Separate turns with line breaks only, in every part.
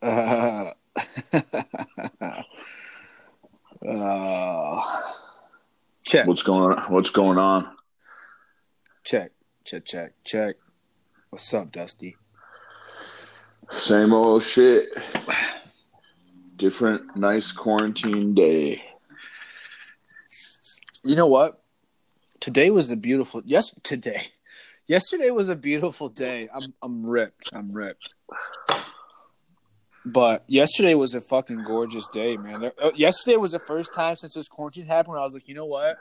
Uh, uh, check,
What's going on? What's going on?
check, check, check, check. What's up, Dusty?
Same old shit. Different nice quarantine day.
You know what? Today was a beautiful. Yes, today. Yesterday was a beautiful day. I'm I'm ripped. I'm ripped. But yesterday was a fucking gorgeous day, man. There- uh, Yesterday was the first time since this quarantine happened where I was like, you know what?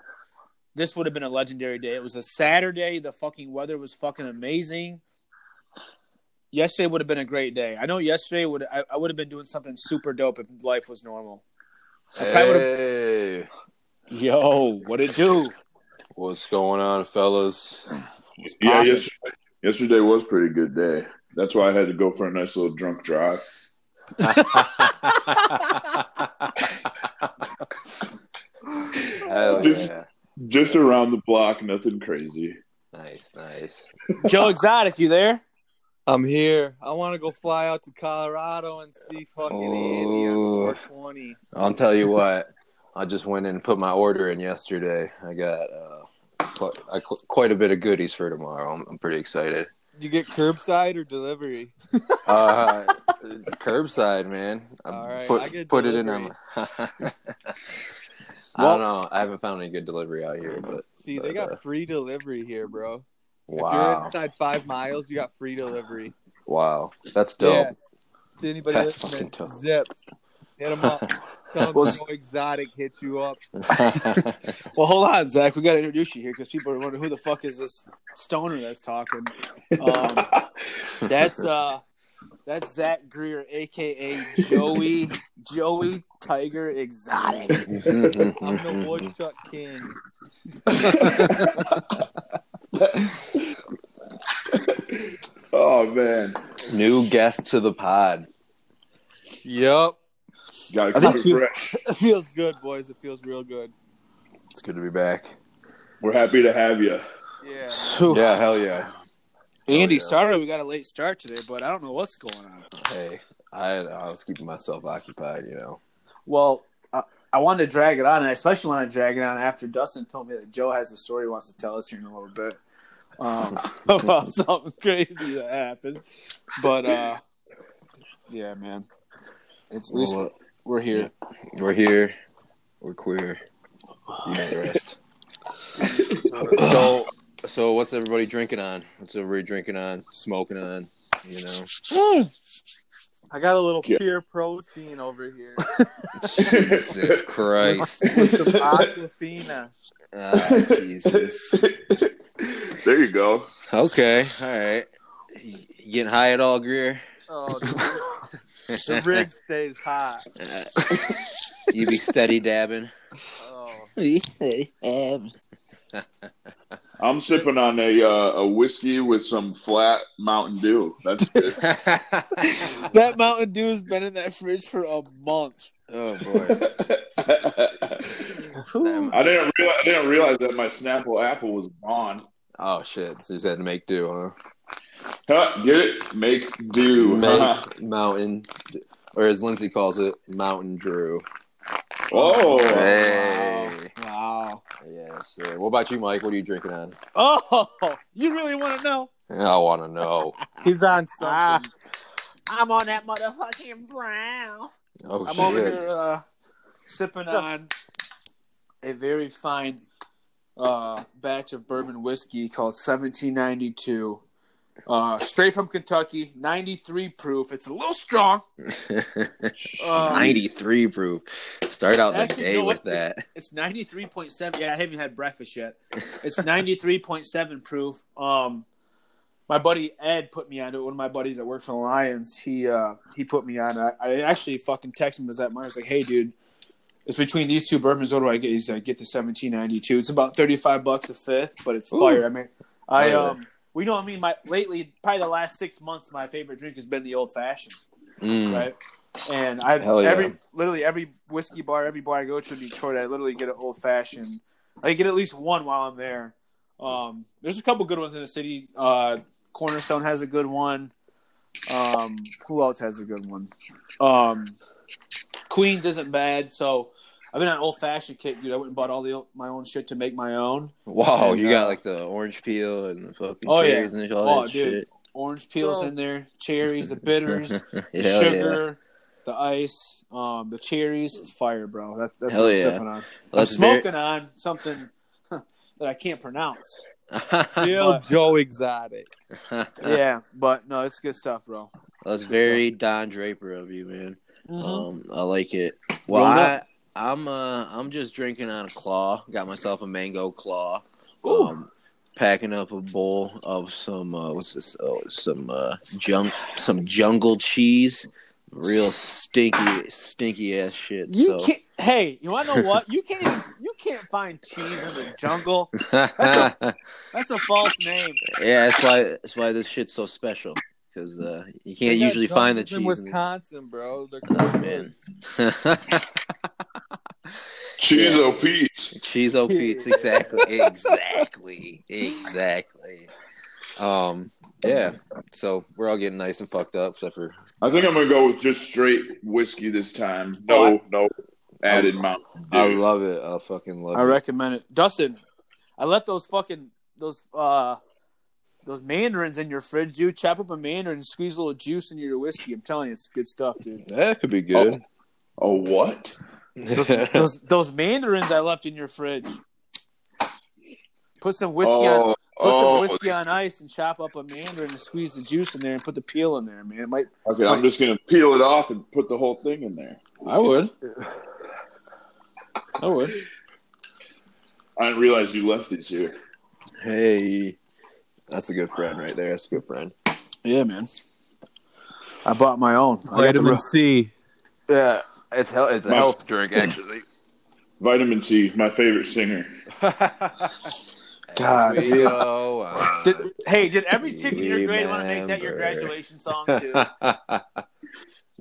This would have been a legendary day. It was a Saturday. The fucking weather was fucking amazing. Yesterday would have been a great day. I know yesterday would I, I would have been doing something super dope if life was normal. I probably would've-
Hey,
Yo, what it do?
what's going on, fellas?
Yeah,
poppin'.
yesterday, yesterday was pretty good day. That's why I had to go for a nice little drunk drive.
Hell
Just-
yeah.
Just around the block, nothing crazy.
Nice, nice.
Joe Exotic, you there?
I'm here. I want to go fly out to Colorado and see fucking Andy
Ooh.
on 420.
I'll tell you what. I just went in and put my order in yesterday. I got uh, quite, I, quite a bit of goodies for tomorrow. I'm, I'm pretty excited.
You get curbside or delivery?
Uh, curbside, man. I
All right,
put
I get
put it in. On,
delivery.
I
Well-
don't know. I haven't found any good delivery out here, but
See, they got free delivery here, bro. If you're
Uh, wow,
inside five miles, you got free delivery.
wow, that's dope.
To anybody
That's fucking
listening,
tough.
zips. Hit them up. Tell them
Well,
Joe Exotic hit you up.
Well, hold on, Zach. We got to introduce you here because people are wondering who the fuck is this stoner that's talking. Um, that's uh, that's Zach Greer, aka Joey Joey Tiger Exotic.
I'm the
Mm-hmm.
woodchuck king.
Oh man,
New guest to the pod.
Yep.
gotta
I think
keep it
you-
fresh.
It feels good, boys. It feels real good.
It's good to be back.
We're happy to have you.
Yeah.
Yeah, hell yeah.
Andy,
Oh, yeah.
sorry we got a late start today, but I don't know what's going on.
Hey, I, I was keeping myself occupied, you know.
Well, I, I wanted to drag it on, and I especially want to drag it on after Dustin told me that Joe has a story he wants to tell us here in a little bit um, about something crazy that happened. But uh, yeah, man, it's, at least
Well,
we're here.
we're here. We're queer. You know the rest. so, so what's everybody drinking on? What's everybody drinking on? Smoking on? You know.
I got a little
Yeah.
pure protein over here.
Jesus Christ.
With some Aquafina.
Ah, Jesus.
There you go.
Okay. All right. You getting high at all, Greer?
Oh, dude. the rig stays hot.
Uh, you be steady dabbing.
Oh.
I'm sipping on a uh, a whiskey with some flat Mountain Dew. That's good.
oh
That Mountain Dew has been in that fridge for a month.
boy.
I didn't realize I didn't realize that my Snapple apple was gone.
Oh shit! So you just had to make do, huh?
Huh, get it? Make do. huh?
Make mountain, or as Lindsay calls it, Mountain Drew.
Oh,
Hey.
Wow.
Yeah, sure. What about you, Mike? What are you drinking on?
Oh, you really want to know?
I want to know.
He's on something.
Ah.
I'm on that motherfucking brown.
Oh
I'm
shit!
over here uh, sipping on a very fine uh, batch of bourbon whiskey called 1792, uh, straight from Kentucky, 93 proof. It's a little strong. Um,
93 proof. Start out the
actually,
day
you know
with
what?
that.
It's 93.7. Yeah, I haven't had breakfast yet. It's 93.7 proof. Um, my buddy Ed put me on it. One of my buddies that worked for the Lions, he uh, he put me on. it. I, I actually fucking texted him as that mine. I was like, "Hey, dude, it's between these two bourbons. What do I get?" He's like, "Get the 1792. It's about 35 bucks a fifth, but it's
Ooh.
fire." I mean, I
Fire.
um, we know. I mean, my lately, probably the last six months, my favorite drink has been the old fashioned
Mm.
right? And I
Hell yeah.
every literally every whiskey bar, every bar I go to in Detroit, I literally get an old fashioned. I get at least one while I'm there. Um, there's a couple good ones in the city. Uh, Cornerstone has a good one. Um, who else has a good one? Um, Queens isn't bad. So I've been on old fashioned kick, dude. I went and bought all the my own shit to make my own.
Wow,
And,
you
uh,
got like the orange peel and the fucking
Oh, yeah.
cherries and all
Oh,
that
dude. Orange peels
Bro.
in there, cherries, the bitters,
shit. Hell
the
yeah.
sugar, the ice, um, the cherries. It's fire, bro. That's that's
Hell
what I'm
yeah.
sipping on.
Let's
I'm
very-
smoking on something that I can't pronounce.
Real Joe Exotic.
yeah, but no, it's good stuff, bro.
That's very Don Draper of you, man.
Mm-hmm.
Mhm.
Um, I like it. Well,
Roll it
I, I'm uh, I'm just drinking on a claw. Got myself a mango claw. Um, packing up a bowl of some uh, what's this? Oh, some uh, junk, some jungle cheese. Real stinky, stinky ass shit.
You
so.
can't. Hey, you want to know what? You can't. Even, you can't find cheese in the jungle. That's a false name.
yeah, that's why that's why this shit's so special because uh, you can't
They got
usually find the
jungles
cheese.
in
in
Wisconsin, bro. They're
Oh, man. the-
Cheese O Pete's.
Cheese O Pete's exactly, exactly, exactly. Um, yeah. So we're all getting nice and fucked up, except for
I think I'm gonna go with just straight whiskey this time. No, no added Mountain
I
Dew.
love it. I fucking love
I
it.
recommend it, Dustin. I let those fucking those uh those mandarins in your fridge. You chop up a mandarin, squeeze a little juice into your whiskey. I'm telling you, it's good stuff, dude.
That could be good.
Oh, what?
Oh. Those those, those mandarins I left in your fridge. Put some whiskey on
oh,
Put
oh,
some whiskey on ice and chop up a mandarin and squeeze the juice in there and put the peel in there, man. It might
oh, okay. I'm just gonna peel it off and put the whole thing in there.
I would. I would.
I didn't realize you left these here.
hey, that's a good friend right there. That's a good friend.
Yeah, man. I bought my own. I got the
Vitamin C.
Yeah, it's hell. It's a
My-
health drink, actually.
Vitamin C, my favorite singer.
God,
We go on.
real- Did- hey, did every chick in your grade want to
Remember.
make that your graduation song too?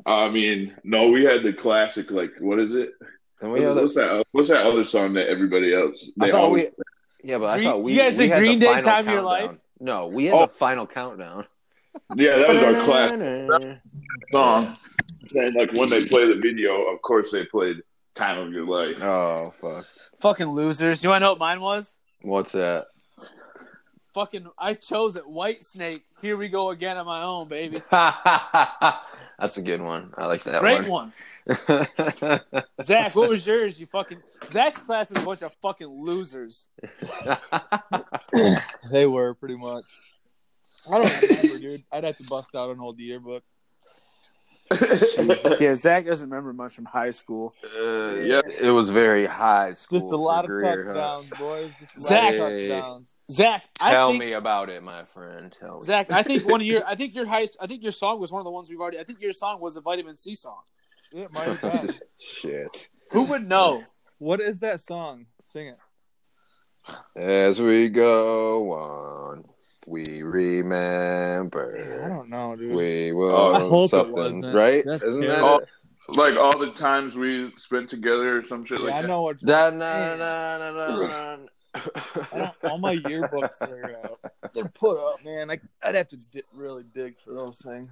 I mean, no, we had the classic. Like, what is it?
Don't we
What's,
have Oh, that-
what's that? What's that other song that everybody else?
I
They
thought
always,
we, yeah, but I
Green-
thought we.
you guys
we
did
had the
Green Day
final
Time of Your
countdown.
Life?
No, we had
Oh.
the final countdown.
yeah, that was our classic
class.
song. And like when they play the video, of course they played "Time of Your Life."
Oh fuck!
Fucking losers. You want to know what mine was?
What's that?
Fucking, I chose it. White Snake. Here we go again on my own, baby.
That's a good one. I like that
Great
one.
one. Zach, what was yours? You fucking Zach's class is a bunch of fucking losers.
They were pretty much. I don't remember, dude. I'd have to bust out an old yearbook.
Jesus, yeah, Zach doesn't remember much from high school.
Uh, yeah, it was very high school.
Just a lot of
for Greer, huh?
touchdowns, boys. Just a lot
Zach-
of touchdowns.
Zach, I
Tell
think,
me about it, my friend. Tell me.
Zach, I think one of your, I think your high, I think your song was one of the ones we've already. I think your song was a vitamin C song.
It might have been.
Shit.
Who would know?
What is that song? Sing it.
As we go on, we
Man, I
remember.
don't know, dude.
We will
Oh, I
hope it
something,
wasn't.
right?
That's
Isn't
terrible.
that it?
Like all the times we spent together or some shit
Yeah,
like
I
that.
know what.
Da, na, na, na, na,
I
na.
don't, all my yearbooks are uh, they're put up, man. I, I'd have to di- really dig for those things.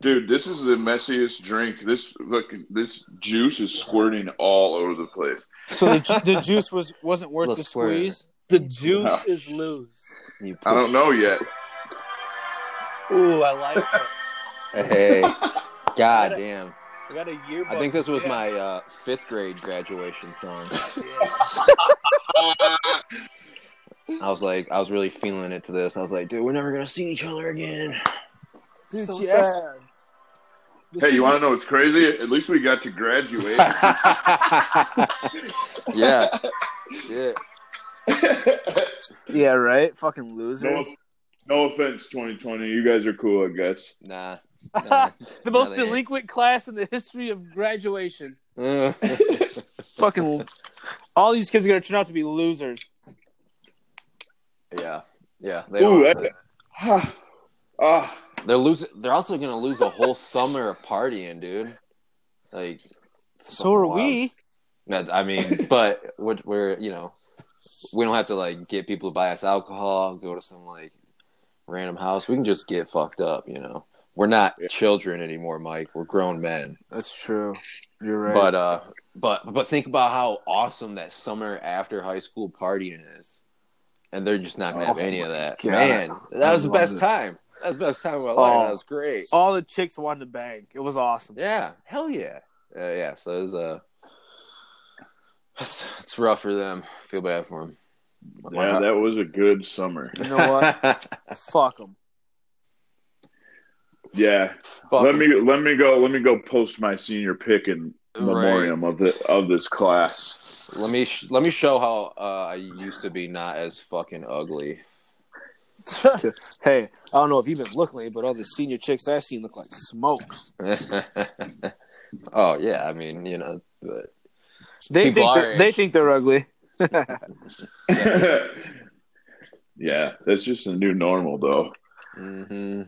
Dude, this is the messiest drink. This fucking this juice is squirting all over the place.
So the, the juice was wasn't worth
Let's
the
swear.
squeeze.
The juice
Wow.
is loose.
You
I don't know yet.
Ooh, I like it.
Hey, god damn.
I got a yearbook.
I think this was my uh, fifth grade graduation song. I was like, I was really feeling it to this. I was like, dude, we're never gonna see each other again.
Dude,
So
she
sad.
asked- this
hey,
is-
you want to know what's crazy? At least we got to graduate.
yeah, yeah.
Yeah, right. Fucking
no, no offense, 2020. You guys are cool, I guess.
Nah. nah.
the most
No, they ain't.
delinquent class in the history of graduation.
Uh,
Fucking, all these kids are gonna turn out to be losers.
yeah, yeah. They
Ooh,
are.
that- Ah, ah.
They're losing. They're also gonna lose a whole summer of partying, dude. Like,
So are
wild.
we.
That's, I mean, but what we're you know, we don't have to like get people to buy us alcohol, go to some like random house. We can just get fucked up, you know. We're not
Yeah.
children anymore, Mike. We're grown men.
That's true. You're right.
But uh, but but think about how awesome that summer after high school partying is, and they're just not gonna have
Oh
any of
my
that.
God.
Man, that
I
was the
love
best
it.
time. That was the best time of my life.
Oh.
That was great.
all the chicks wanted to bang. It was awesome.
Yeah, hell yeah, uh, yeah. So it was uh, it's, it's rough for them. I feel bad for them.
Yeah, that was a good summer.
You know what? Fuck them.
Yeah, let me let me go let me go post my senior pick in
Right.
memoriam of the of this class.
Let me sh- let me show how uh, I used to be not as fucking ugly.
hey, I don't know if you've been looking, lately, but all the senior chicks I've seen look like smoke.
oh yeah, I mean you know, but
They
People
think
our
they're, they
age.
think they're ugly.
yeah, that's just a new normal though.
hmm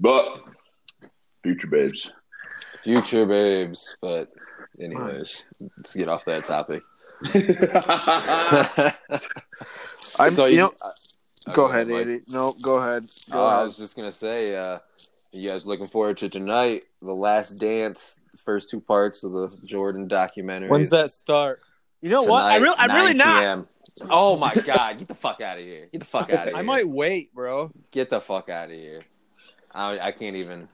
But future babes.
future babes. But anyways, let's get off that topic.
I'm,
So
you,
you-
know,
Oh,
go ahead,
Mike.
Andy. No, go ahead. Go
Oh, I
ahead.
was just gonna say, uh, you guys looking forward to tonight, the last dance, the first two parts of the Jordan documentary.
When's that start?
you know what? I
Tonight,
really, I'm really
9
not.
PM. Oh my god! Get the fuck out of here! Get the fuck out of here!
I might wait, bro.
get the fuck out of here. I I can't even.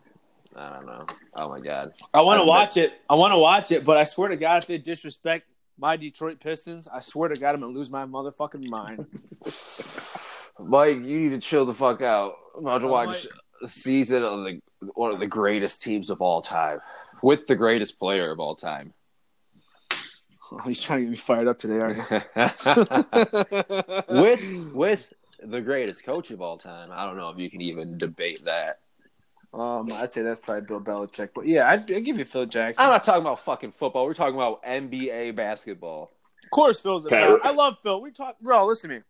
I don't know. Oh my god.
I want to
I'm-
watch it. I want to watch it, but I swear to God, if they disrespect my Detroit Pistons, I swear to God, I'm gonna lose my motherfucking mind.
Mike, you need to chill the fuck out. I'm about to
I
watch a season of the one of the greatest teams of all time with the greatest player of all time.
Oh, you're trying to get me fired up today, aren't you?
with with the greatest coach of all time. I don't know if you can even debate that.
Um, I'd say that's probably Bill Belichick, but yeah, I'd, I'd give you Phil Jackson.
I'm not talking about fucking football. We're talking about NBA basketball.
of course, Phil's a
Pat-
bad- I love Phil. We talk, bro. Listen to me.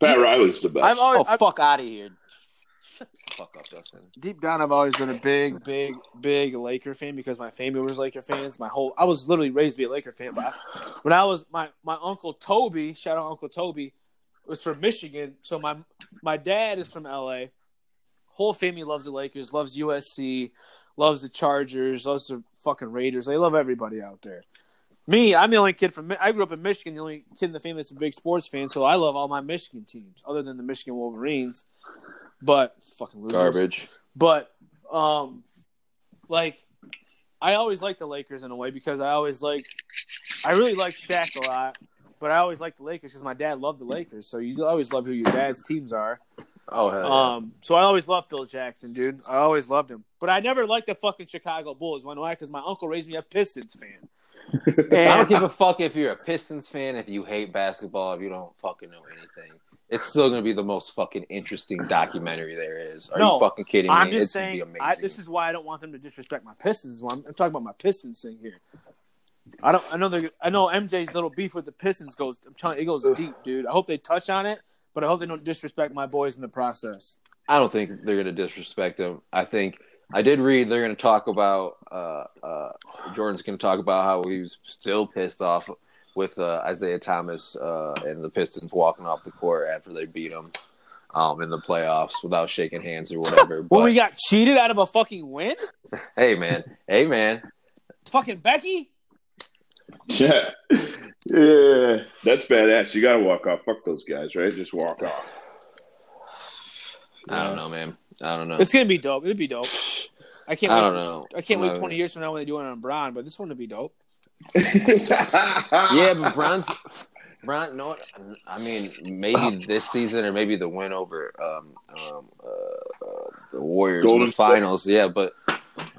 Pat Riley's the best.
I've always,
Oh,
I've-
fuck out of here. Shut the fuck up, Justin.
deep down, I've always been a big, big, big Laker fan because my family was Laker fans. My whole, I was literally raised to be a Laker fan. But I- when I was my my uncle Toby, shout out Uncle Toby, was from Michigan, so my my dad is from L.A. Whole family loves the Lakers, loves USC, loves the Chargers, loves the fucking Raiders. They love everybody out there. Me, I'm the only kid from. Mi- I grew up in Michigan, the only kid in the family that's a big sports fan. So I love all my Michigan teams, other than the Michigan Wolverines. But fucking losers. But um like I always liked the Lakers in a way because I always liked I really liked Shaq a lot, but I always liked the Lakers because my dad loved the Lakers. So you always love who your dad's teams are.
Oh hell. yeah.
Um so I always loved Phil Jackson, dude. I always loved him. But I never liked the fucking Chicago Bulls. Why why? Because my uncle raised me a Pistons fan.
I
And
don't give a fuck if you're a Pistons fan, if you hate basketball, if you don't fucking know anything. It's still gonna be the most fucking interesting documentary there is. Are
No,
you fucking kidding me?
I'm just
it's gonna
saying,
be
I,
amazing.
this is why I don't want them to disrespect my Pistons. Well, I'm, I'm talking about my Pistons thing here. I don't. I know. they're- I know MJ's little beef with the Pistons goes. I'm telling you, it goes deep, dude. I hope they touch on it, but I hope they don't disrespect my boys in the process.
I don't think they're gonna disrespect him. I think I did read they're gonna talk about uh, uh, Jordan's gonna talk about how he was still pissed off with uh, Isaiah Thomas uh, and the Pistons walking off the court after they beat him um, in the playoffs without shaking hands or whatever.
When
but,
we got cheated out of a fucking win,
hey man, hey man,
fucking Becky.
yeah. Yeah. That's badass. You gotta walk off. Fuck those guys, right? Just walk off.
I don't know, man, I don't know.
It's gonna be dope. It'll be dope. I can't.
I
wait
don't
for-
know.
I can't
Uh,
wait 20 years from now when they do it on Braun, but this one will be dope.
Yeah, but Bron's Bron. No, I mean maybe this season or maybe the win over um, um, uh, uh, the Warriors in
Golden
the
State.
finals. Yeah, but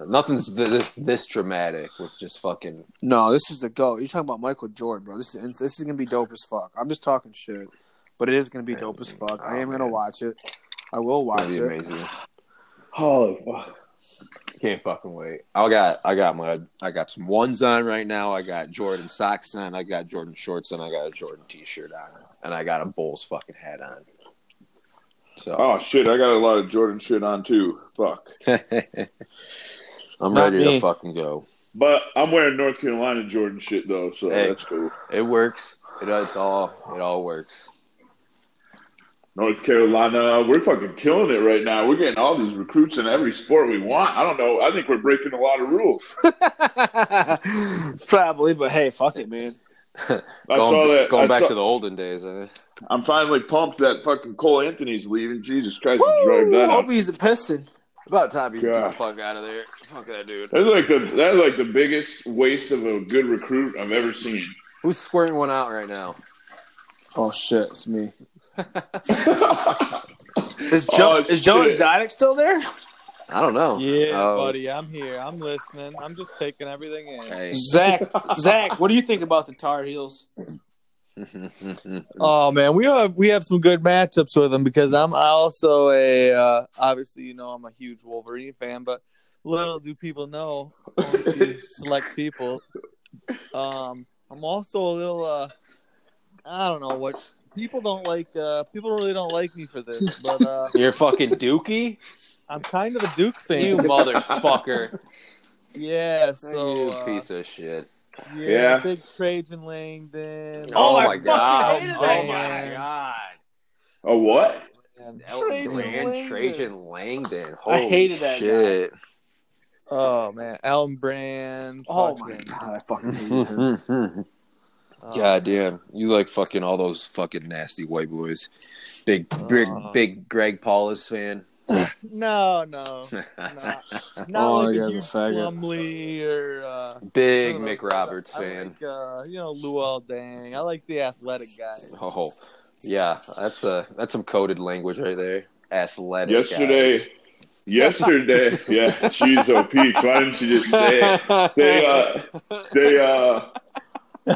nothing's th- this this dramatic with just fucking.
No, this is the goat. You're talking about Michael Jordan, bro. This is this is gonna be dope as fuck. I'm just talking shit, but it is gonna be dope as fuck. I
Oh,
am gonna watch it. I will
That'd
watch
be
it.
amazing.
Holy fuck.
Can't fucking wait. I got I got my I got some ones on right now. I got Jordan socks on. I got Jordan shorts on. I got a Jordan t-shirt on, and I got a Bulls fucking hat on. So
Oh shit, I got a lot of Jordan shit on too. Fuck.
I'm
Not
ready
me.
to fucking go.
But I'm wearing North Carolina Jordan shit though, so
Hey.
that's cool.
It works. It, it's all. It all works.
North Carolina, uh, we're fucking killing it right now. We're getting all these recruits in every sport we want. I don't know. I think we're breaking a lot of rules.
Probably, but hey, fuck it, man.
I
going
saw that.
going
I
back
saw-
to the olden days. eh?
I'm finally pumped that fucking Cole Anthony's leaving. Jesus Christ, he dragged that out.
hope he's a piston.
About time you
Yeah.
get the fuck out of there. Fuck that dude.
That's like the that's like the biggest waste of a good recruit I've ever seen.
Who's squirting one out right now?
Oh shit, it's me.
That's
Is
Oh,
Joe, is Joe
shit.
Exotic still there?
I don't know.
Yeah,
Oh,
buddy, I'm here. I'm listening. I'm just taking everything in.
hey.
Zach, Zach, what do you think about the Tar Heels?
Oh man, we have we have some good matchups with them because I'm also a uh, obviously you know I'm a huge Wolverine fan, but little do people know, only a few select people. Um, I'm also a little uh, I don't know what people don't like. Uh, people really don't like me for this, but uh,
You're fucking Dookie?
I'm kind of a Duke fan.
you motherfucker.
yeah, so
you
uh,
piece of shit.
yeah,
Yeah.
big Trajan Langdon.
Oh,
I
my
fucking
god.
hated
Oh
that
my
guy.
god.
A what?
man.
Elton
Trajan
Brand,
Langdon.
Trajan Langdon.
I
Holy
hated that guy.
shit.
Oh man, Alan Brand.
Oh my
fucking,
god, I fucking hated him.
god
uh,
damn. You like fucking all those fucking nasty white boys. Big big
Uh.
big Greg Paulus fan.
No, no, not, not
Oh,
like
yeah,
a
the
huge
faggot.
Plumlee or uh,
big
none of
Mick
those.
Roberts
I
fan.
Like, uh, you know, Luol Dang. I like the athletic guys.
Oh, yeah, that's uh that's some coded language right there. Athletic.
Yesterday, yesterday, yeah. Jeez, oh Peach, why didn't you just say it? They, uh, they, uh,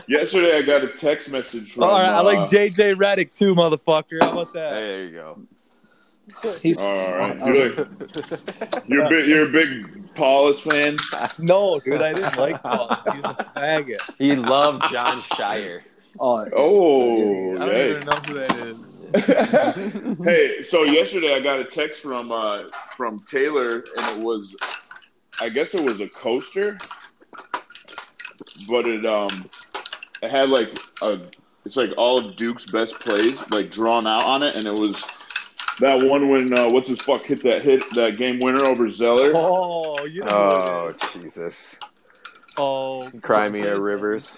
yesterday I got a text message from.
All right, I
uh,
like JJ Redick too, motherfucker. How about that?
there you go.
He's
All right, you're, like, you're, a big, you're a big Paulus fan.
No, dude, I didn't like Paul. He's a faggot.
He loved John Shire.
oh,
Oh,
I don't
yikes.
even know who that is.
hey, so yesterday I got a text from uh, from Taylor, and it was, I guess it was a coaster, but it um, it had like a, it's like all of Duke's best plays like drawn out on it, and it was that one when uh, what's his fuck hit that hit that game winner over Zeller.
Oh, you know who
Oh
it is.
Jesus!
Oh,
Crimea Rivers.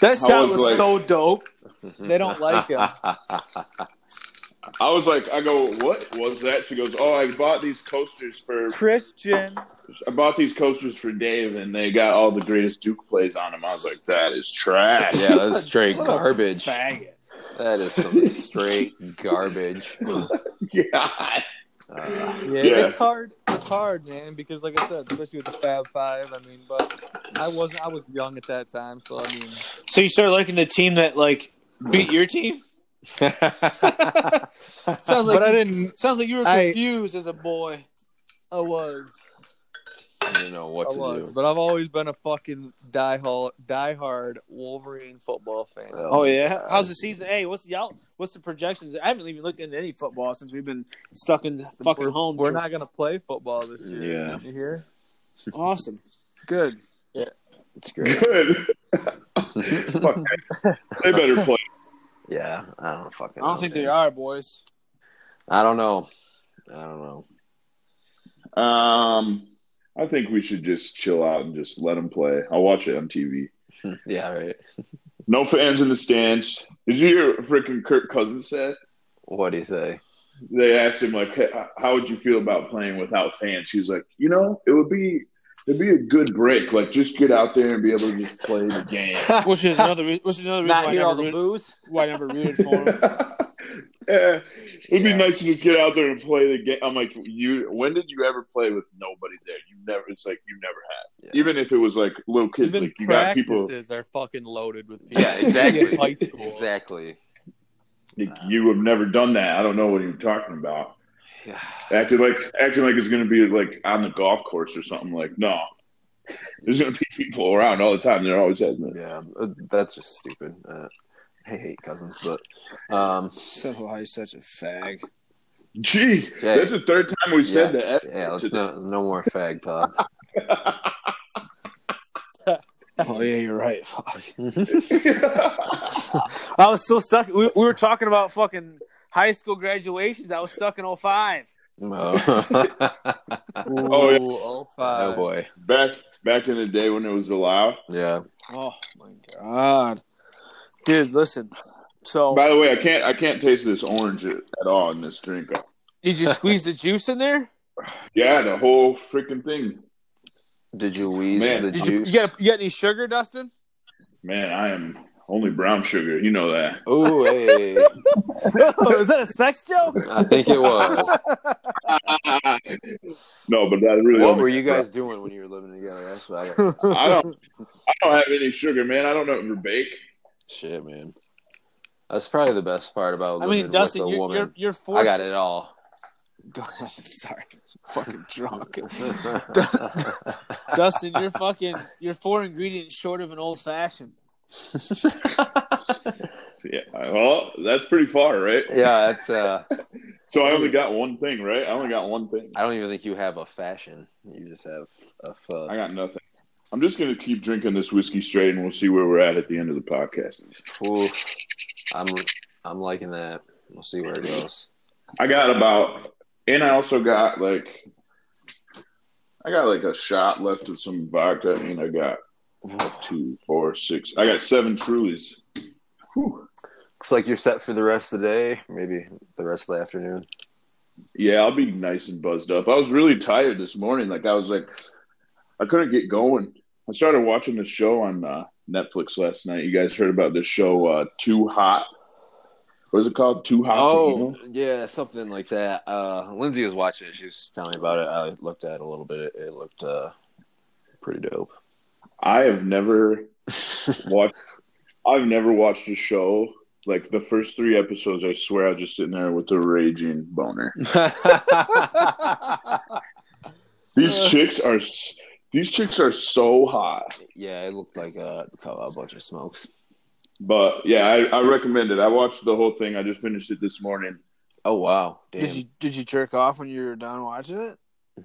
that
I
shot
was
was,
like-
so dope.
They don't like him.
I was like, I go, what was that? She goes, oh, I bought these coasters for
Christian.
I bought these coasters for Dave, and they got all the greatest Duke plays on them. I was like, that is trash.
yeah, that's straight
What a
garbage.
Faggot.
That is some straight garbage.
yeah.
Uh,
Yeah,
Yeah.
it's hard. It's hard, man, because like I said, especially with the Fab Five. I mean, but I wasn't. I was young at that time, so I mean,
So you started liking the team that like beat your team? Sounds like
but I didn't.
sounds like you were
I-
confused as a boy.
I was.
I don't know what
I
to
was.
do.
But I've always been a fucking diehard, diehard Wolverine football fan.
Well,
Oh yeah, how's the season? Hey, what's the out? What's the projections? I haven't even looked into any football since we've been stuck in fucking
we're,
home.
We're not gonna play football this year.
Yeah.
You hear?
awesome. Good.
It's great.
Good. Fuck. They better play.
Yeah, I don't fucking.
I don't
know,
think
man.
they are, boys.
I don't know. I don't know.
Um, I think we should just chill out and just let them play. I'll watch it on TV.
Yeah, right.
No fans in the stands. Did you hear what freaking Kirk Cousins said?
What do you say?
They asked him like, "Hey, "How would you feel about playing without fans?" He was like, "You know, it would be it'd be a good break. Like, just get out there and be able to just play the game."
Which is another. Re- which is another reason why I, never root-
booze.
why I never rooted for them.
yeah, it'd be nice to just get out there and play the game. I'm like, you. When did you ever play with nobody there? You never. It's like you never have.
Yeah.
Even if it was like little kids,
Even
like you got people.
practices are fucking loaded with people.
Yeah, exactly.
High school.
exactly.
Like, you have never done that. I don't know what you're talking about.
Yeah.
Acting like acting like it's gonna be like on the golf course or something. Like no, there's gonna be people around all the time. There always has been.
Yeah, uh, that's just stupid. Uh, I hate cousins, but um,
So I such a fag.
Jeez,
Yeah.
that's the third time we said that.
yeah, let's no, no more fag talk.
Oh yeah, you're right. Fuck. I was still stuck. We, we were talking about fucking high school graduations. I was stuck in 05.
Oh, yeah.
oh
oh
five.
boy.
Back back in the day when it was allowed.
Yeah.
Oh my god, dude! Listen. So
By the way, I can't I can't taste this orange at at all in this drink.
did you squeeze the juice in there?
Yeah, the whole freaking thing.
Did you wheeze
Man.
the
Did you,
juice?
you, got, you got any sugar, Dustin?
Man, I am only brown sugar. You know that.
Ooh, hey.
Is that a sex joke?
I think it was.
No, but that really.
what
only-
were you guys doing when you were living together? That's what I got.
I don't. I don't have any sugar, man. I don't know ever bake.
Shit, man. That's probably the best part about
I
living
mean, Dustin,
with a
you're,
woman.
you're you're forced.
I got it all.
Go ahead. Sorry, fucking drunk. Dustin, you're fucking. You're four ingredients short of an old fashioned.
Yeah. Well, that's pretty far, right?
yeah, that's. Uh,
So I only got one thing, right? I only got one thing.
I don't even think you have a fashion. You just have a fuck.
I got nothing. I'm just gonna keep drinking this whiskey straight, and we'll see where we're at at the end of the podcast.
Ooh, I'm I'm liking that. We'll see where it goes.
I got about, and I also got like, I got like a shot left of some vodka, and I got two, four, six. I got seven Trulies. Whew.
Looks like you're set for the rest of the day, maybe the rest of the afternoon.
Yeah, I'll be nice and buzzed up. I was really tired this morning. Like I was like, I couldn't get going. I started watching this show on uh, Netflix last night. You guys heard about this show, uh, Too Hot. What is it called? Too Hot. to Handle?
Oh, yeah, something like that. Uh, Lindsay was watching it. She was telling me about it. I looked at it a little bit. It, it looked uh, pretty dope.
I have never watched. I've never watched a show like the first three episodes. I swear, I was just sitting there with a raging boner. These chicks are. s- These chicks are so hot.
yeah, it looked like uh, a, a bunch of smokes.
But yeah, I, I recommend it. I watched the whole thing. I just finished it this morning.
Oh wow,
Did you did you jerk off when you were done watching it?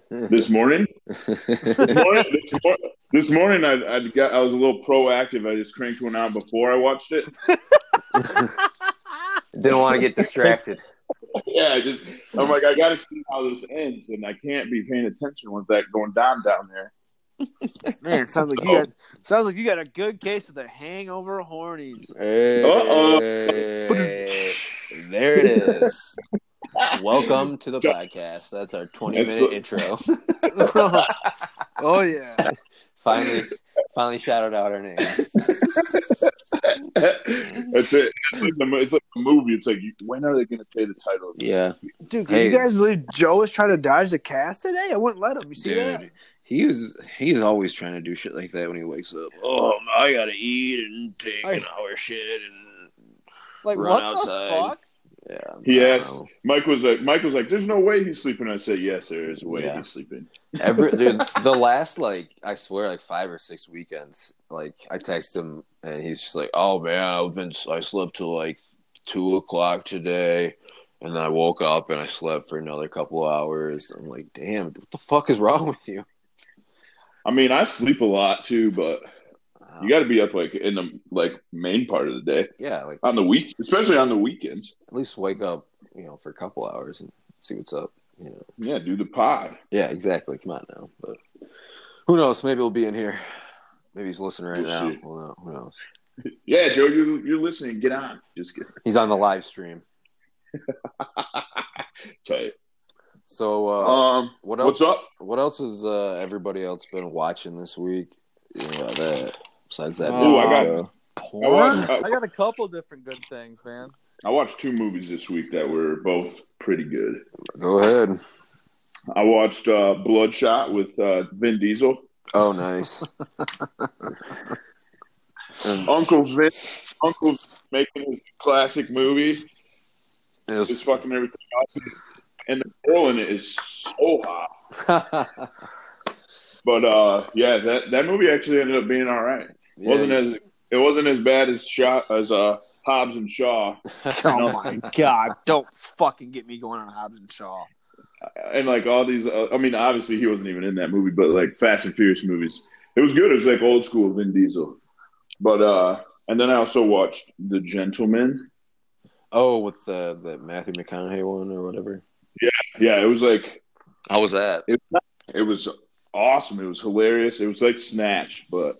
This morning. This morning. this, mor- this morning, I, I got. I was a little proactive. I just cranked one out before I watched it.
Didn't want to get distracted.
Yeah, I just. I'm like, I got to see how this ends, and I can't be paying attention with that going down down there.
Man, sounds like you got sounds like you got a good case of the hangover hornies.
Uh-oh.
There it is. Welcome to the podcast. That's our 20
That's
minute
the-
intro.
oh yeah.
finally, finally shouted out our name.
That's it. It's like, the, it's like a movie. It's like, you- when are they going to say the title?
Yeah,
Dude,
can you Hey. guys
believe Joe was trying to dodge the cast today? I wouldn't let him. You
dude. He was he is always trying to do shit like that when he wakes up. Oh, I gotta eat and take
I-
an hour shit and
Like
Run
what the
outside.
fuck?
yeah.
He
I don't
asked-
know.
Mike was like, Mike was like, there's no way he's sleeping. I said, yes, there is a way
Yeah.
he's sleeping.
Every dude, the last like I swear like five or six weekends, like I text him and he's just like, "Oh man, I've been I slept till like two o'clock today, and then I woke up and I slept for another couple hours." I'm like, "Damn, what the fuck is wrong with you?"
I mean, I sleep a lot too, but you got to be up like in the like main part of the day
Um, yeah, like
on the week, especially on the weekends.
at least wake up, you know, for a couple hours and see what's up. You know,
Yeah, do the pod.
yeah, exactly. Come on now, but who knows? Maybe we'll be in here. Maybe he's listening right
We'll
now.
see.
Well, no, who knows?
Yeah, Joe, you're, you're listening. Get on. Just get
He's on the live stream.
tight.
So uh,
Um,
what else?
what's up?
What else has uh, everybody else been watching this week? Yeah, that besides that.
Ooh, I
got-
video?
I watched,
I
I,
got a couple different good things, man.
I watched two movies this week that were both pretty good.
Go ahead.
I watched uh, Bloodshot with uh, Vin Diesel.
Oh, nice. and
Uncle Vin, Uncle Vin making his classic movie,
it
just
was-
fucking everything up, and the girl in it is so hot. But uh, yeah, that that movie actually ended up being all right. It wasn't
Yeah,
as it wasn't as bad as Shaw as uh, Hobbs and Shaw,
Oh my god! Don't fucking get me going on Hobbs and Shaw.
and like all these. Uh, I mean, obviously he wasn't even in that movie, but like Fast and Furious movies, it was good. It was like old school Vin Diesel. But uh, and then I also watched The Gentleman.
Oh, with the the Matthew McConaughey one or whatever.
Yeah, it was like
How was that?
it was awesome. It was hilarious. It was like Snatch, but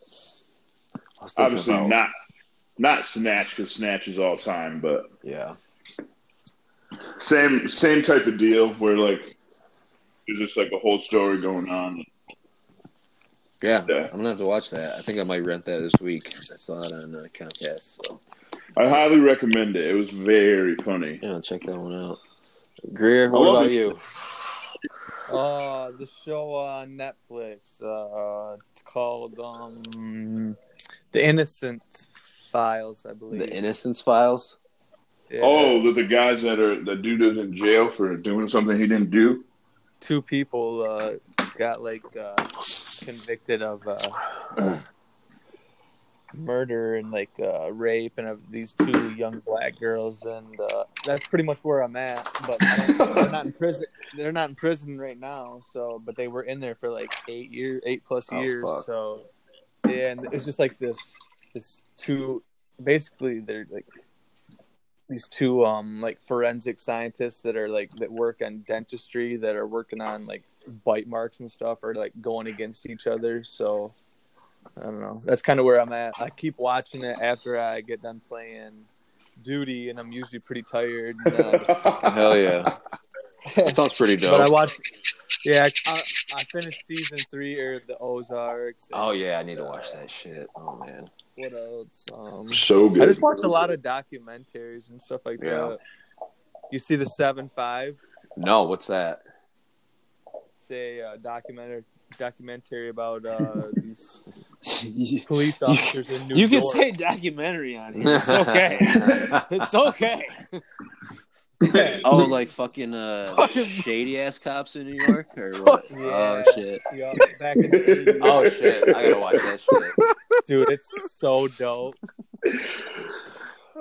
I was thinking
obviously
about-
not not Snatch because Snatch is all time, but
Yeah.
same same type of deal where like there's just like a whole story going on.
Yeah,
Yeah.
I'm gonna have to watch that. I think I might rent that this week. I saw it on uh, Comcast, so
I highly recommend it. It was very funny.
yeah, check that one out. Greer,
I
what
love
about
it.
you?
Uh, the show on Netflix. Uh, it's called um, The Innocent Files, I believe.
The Innocence Files.
Yeah.
Oh, the, the guys that are the dude is in jail for doing something he didn't do.
two people uh, got like uh, convicted of uh, murder and like uh, rape and of these two young black girls and uh, that's pretty much where I'm at but they're not in prison they're not in prison right now so but they were in there for like 8 years 8 plus
Oh,
years
fuck.
so yeah, and it's just like this this two basically they're like these two um like forensic scientists that are like that work on dentistry that are working on like bite marks and stuff are like going against each other so i don't know that's kind of where i'm at i keep watching it after i get done playing duty and i'm usually pretty tired and then I just-
Hell yeah, that sounds pretty dope.
but i watched yeah I, I finished season three or the ozarks and
oh yeah, I need to watch that shit. Oh man,
what else um
So good.
I just watch a lot of documentaries and stuff like
Yeah.
that. You see the seven five?
no, what's that?
It's a uh, documentary documentary about uh, these police officers in New
you can
York.
say documentary on here. It's okay. it's okay.
Oh, like fucking uh,
Fucking-
shady ass cops in New York or what?
Yeah.
Oh shit!
Yeah, back in the 80s.
oh shit, I gotta watch that shit.
dude, it's so dope.
Yeah,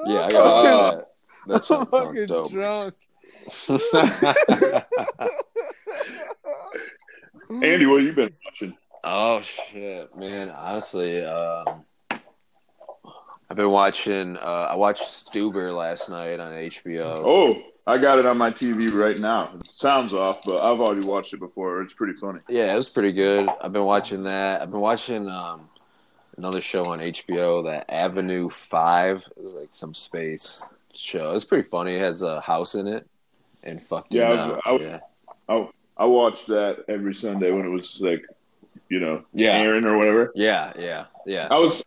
I
Uh,
gotta watch that. That sounds
drunk.
dope.
Andy, what have you been watching?
Oh shit, man! Honestly, um, I've been watching. Uh, I watched Stuber last night on HBO.
Oh, I got it on my TV right now. It sounds off, but I've already watched it before. It's pretty funny.
Yeah, it was pretty good. I've been watching that. I've been watching um, another show on HBO, that Avenue Five, It was like some space show. It's pretty funny. It has a house in it, and fucking
Yeah,
yeah,
I was- I was-
yeah,
Oh, I watched that every Sunday when it was like, you know,
Yeah.
Aaron or whatever.
yeah, yeah, yeah.
I was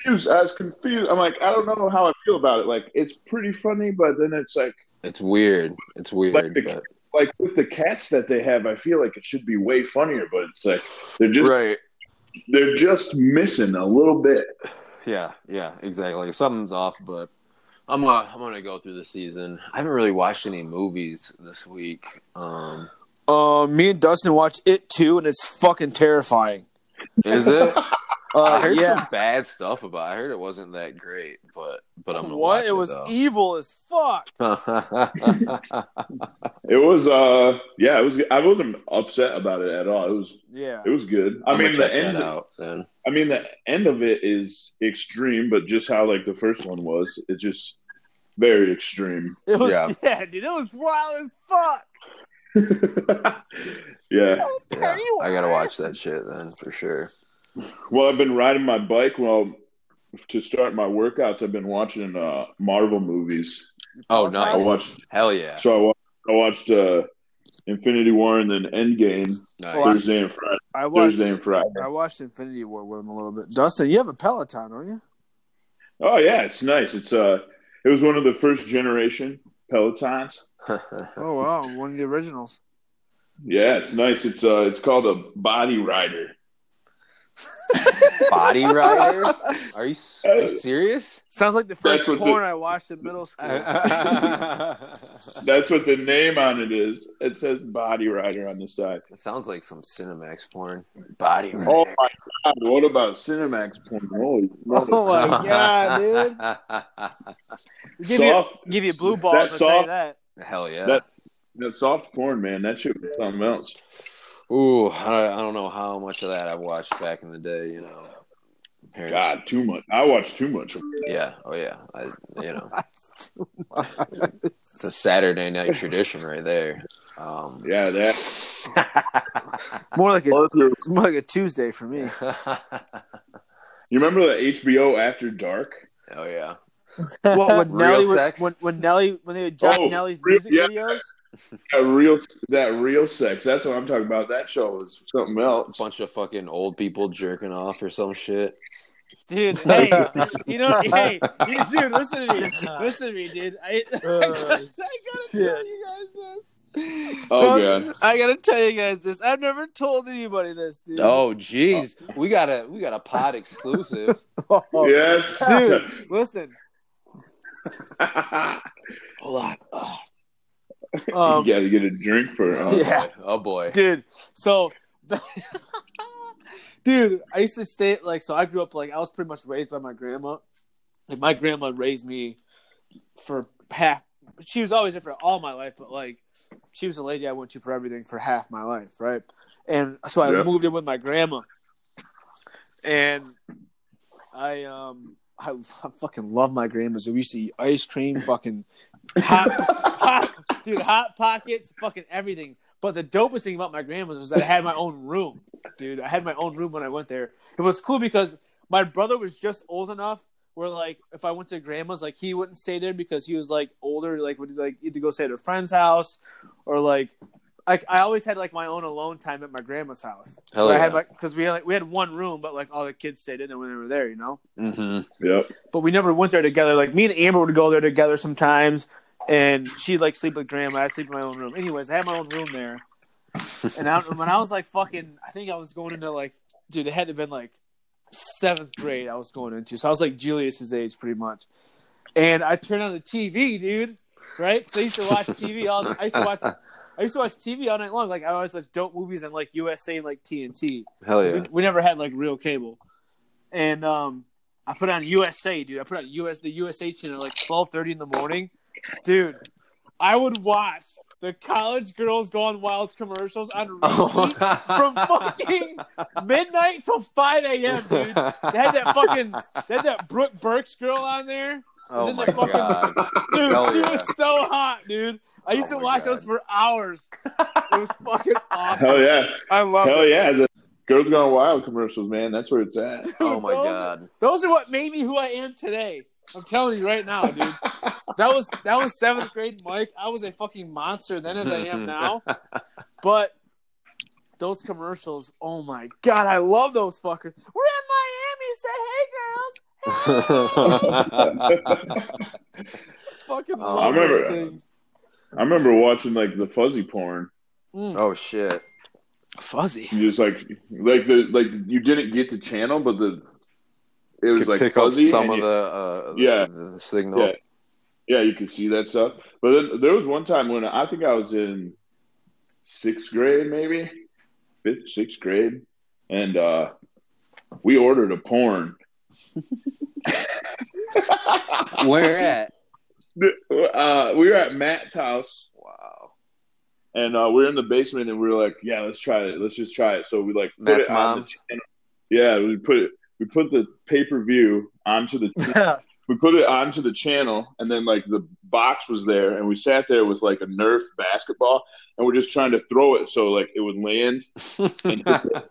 confused. I was confused. I'm like, I don't know how I feel about it. Like, it's pretty funny, but then it's like,
It's weird. It's weird,
the-
but
like with the cats that they have, I feel like it should be way funnier, but it's like they're just
right.
they're just missing a little bit.
Yeah, yeah, exactly. Something's off, but I'm gonna I'm gonna go through the season. I haven't really watched any movies this week. Um,
Uh, me and Dustin watched it too, and it's fucking terrifying.
is it?
Uh,
I heard
yeah.
some bad stuff about. it. I heard it wasn't that great, but but I'm gonna
what?
watch
It was
though.
evil as fuck.
It was uh yeah, it was I wasn't upset about it at all. It was
Yeah.
it was good. I
I'm
mean
gonna check
the end
that out then.
I mean the end of it is extreme, but just how like the first one was, it's just very extreme.
It was
Yeah.
yeah. dude. It was wild as fuck.
yeah.
Yeah, I gotta watch that shit then for sure.
Well, I've been riding my bike while to start my workouts. I've been watching uh Marvel movies.
Oh
Awesome.
I
nice,
watched
hell yeah,
So I watched, I watched uh, Infinity War and then Endgame
nice.
Thursday and Friday.
I watched.
Thursday and Friday.
I watched Infinity War with him a little bit. Dustin, you have a Peloton, don't you?
Oh yeah, it's nice. It's uh, it was one of the first generation Pelotons.
Oh wow, one of the originals.
Yeah, it's nice. It's uh, it's called a Body Rider.
Body rider? Are you, s- are you serious?
Sounds like the
That's
first
what the-
porn I watched in middle school.
it
That's what the name on it is. It says Body Rider on the side.
sounds like some Cinemax porn. Body rider.
Oh my god! What about Cinemax porn? Holy
Oh
moly.
my god, dude! Give you,
soft,
give you blue balls. I
That
tell you
soft,
that.
Hell yeah.
That- that soft porn, man. That shit was something else.
Ooh, I, I don't know how much of that I watched back in the day, you know. Parents-
God, too much. I watch too much.
Yeah. Oh yeah. I, you know,
That's too much.
it's a Saturday night tradition right there. Um,
Yeah, that.
More like a,
You
it's more like a Tuesday for me.
remember the HBO After Dark?
oh yeah.
Well, when
Real
Nelly was,
sex?
when, when Nelly when they would drop
Oh,
Nelly's
real-
music
yeah.
videos,
That real, that real sex. That's what I'm talking about. That show was something else.
bunch of fucking old people jerking off or some shit.
dude. Hey, you know, hey, you- dude, listen to me, listen to me, dude. I,
Uh,
tell you guys this.
Oh,
Um,
God.
I gotta tell you guys this. I've never told anybody this, dude.
Oh jeez, we got a we got a pod exclusive.
Oh. yes,
Dude. listen.
you
Hold on. Um,
got to get a drink for
Oh,
it.
Yeah.
boy. oh boy.
dude. So, dude, I used to stay like so. I grew up like I was pretty much raised by my grandma. Like my grandma raised me for half. She was always there for all my life, but like she was the lady I went to for everything for half my life, right? And so I
Yeah.
moved in with my grandma, and I um I, I fucking love my grandma's. We used to eat ice cream, fucking hot, hot, dude, hot pockets, fucking everything. But the dopest thing about my grandma's was that I had my own room, dude. I had my own room when I went there. It was cool because my brother was just old enough where, like, if I went to grandma's, like, he wouldn't stay there because he was like older, like, would like either go stay at a friend's house or like, like I always had like my own alone time at my grandma's house.
Hell
Where I
yeah.
had like because we had like, we had one room, but like all the kids stayed in there when they were there, you know
Mhm.
Yep.
but we never went there together. Like me and Amber would go there together sometimes, and she'd like sleep with Grandma. I would sleep in my own room. Anyways, I had my own room there, and I, when I was like fucking, I think I was going into like, dude, it had to have been like seventh grade. I was going into, so I was like Julius's age pretty much, and I turned on the TV, dude. Right? So I used to watch TV all. I used to watch. I used to watch TV all night long. Like I always watched dope movies and like USA and like TNT.
Hell
'Cause
yeah.
We, we never had like real cable, and um, I put on USA, dude. I put on US the USA channel at like twelve thirty in the morning, dude. I would watch the college girls gone wild commercials on repeat from fucking midnight till five a.m. Dude, they had that fucking they had that Brooke Burks girl on there.
Oh
then
my
the fucking-
god.
Dude,
Hell
she
yeah.
was so hot, dude. I used to
Oh my
watch
God.
those for hours. It was fucking awesome.
Hell yeah.
I love
Hell
it.
yeah. The Girls Gone Wild commercials, man. That's where it's at.
Dude,
Oh my
those-
god.
Those are what made me who I am today. I'm telling you right now, dude. That was that was seventh grade, Mike. I was a fucking monster then as I am now. But those commercials, oh my god, I love those fuckers. We're in Miami, say hey girls. Fucking
Oh,
love
I
those
remember-
things.
I remember watching like the fuzzy porn.
oh shit.
Mm. Fuzzy.
You just like like the like you didn't get to channel, but the it was
Could
like
pick up
fuzzy. and
some of
you-
the uh
Yeah.
the, the signal.
Yeah. yeah, you could see that stuff. But then there was one time when I think I was in sixth grade, maybe fifth, sixth grade, and uh, we ordered a porn.
Where at?
Uh, we were at Matt's house.
Wow.
and uh, we were in the basement and we were like, yeah, let's try it. Let's just try it. So we like put
Matt's
it on
mom's?
the channel. Yeah, we put it. We put the pay per view onto the. we put it onto the channel, and then like the box was there, and we sat there with like a Nerf basketball, and we're just trying to throw it so like it would land. and hit the-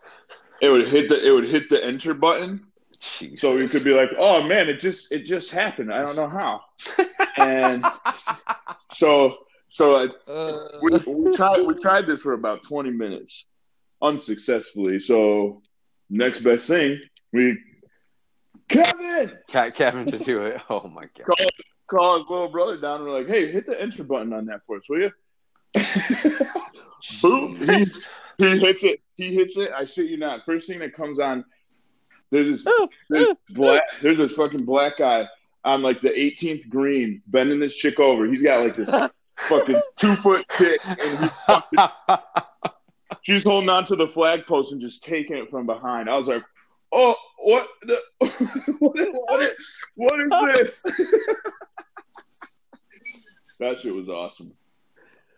it would hit the it would hit the enter button,
Jesus.
so we could be like, "Oh man, it just it just happened. I don't know how." and so so I we,
Uh,
we tried we tried this for about 20 minutes unsuccessfully so next best thing we kevin
Cat Kevin to do it. Oh my god.
call, call his little brother down and we're like hey hit the enter button on that for us will you boom he, he hits it he hits it i shit you not first thing that comes on there's this, there's black there's this fucking black guy on like the 18th green bending this chick over he's got like this fucking two foot kick and he's She's holding on to the flag post and just taking it from behind. I was like, "Oh, what? The, what, what, is, what is this?" that shit was awesome.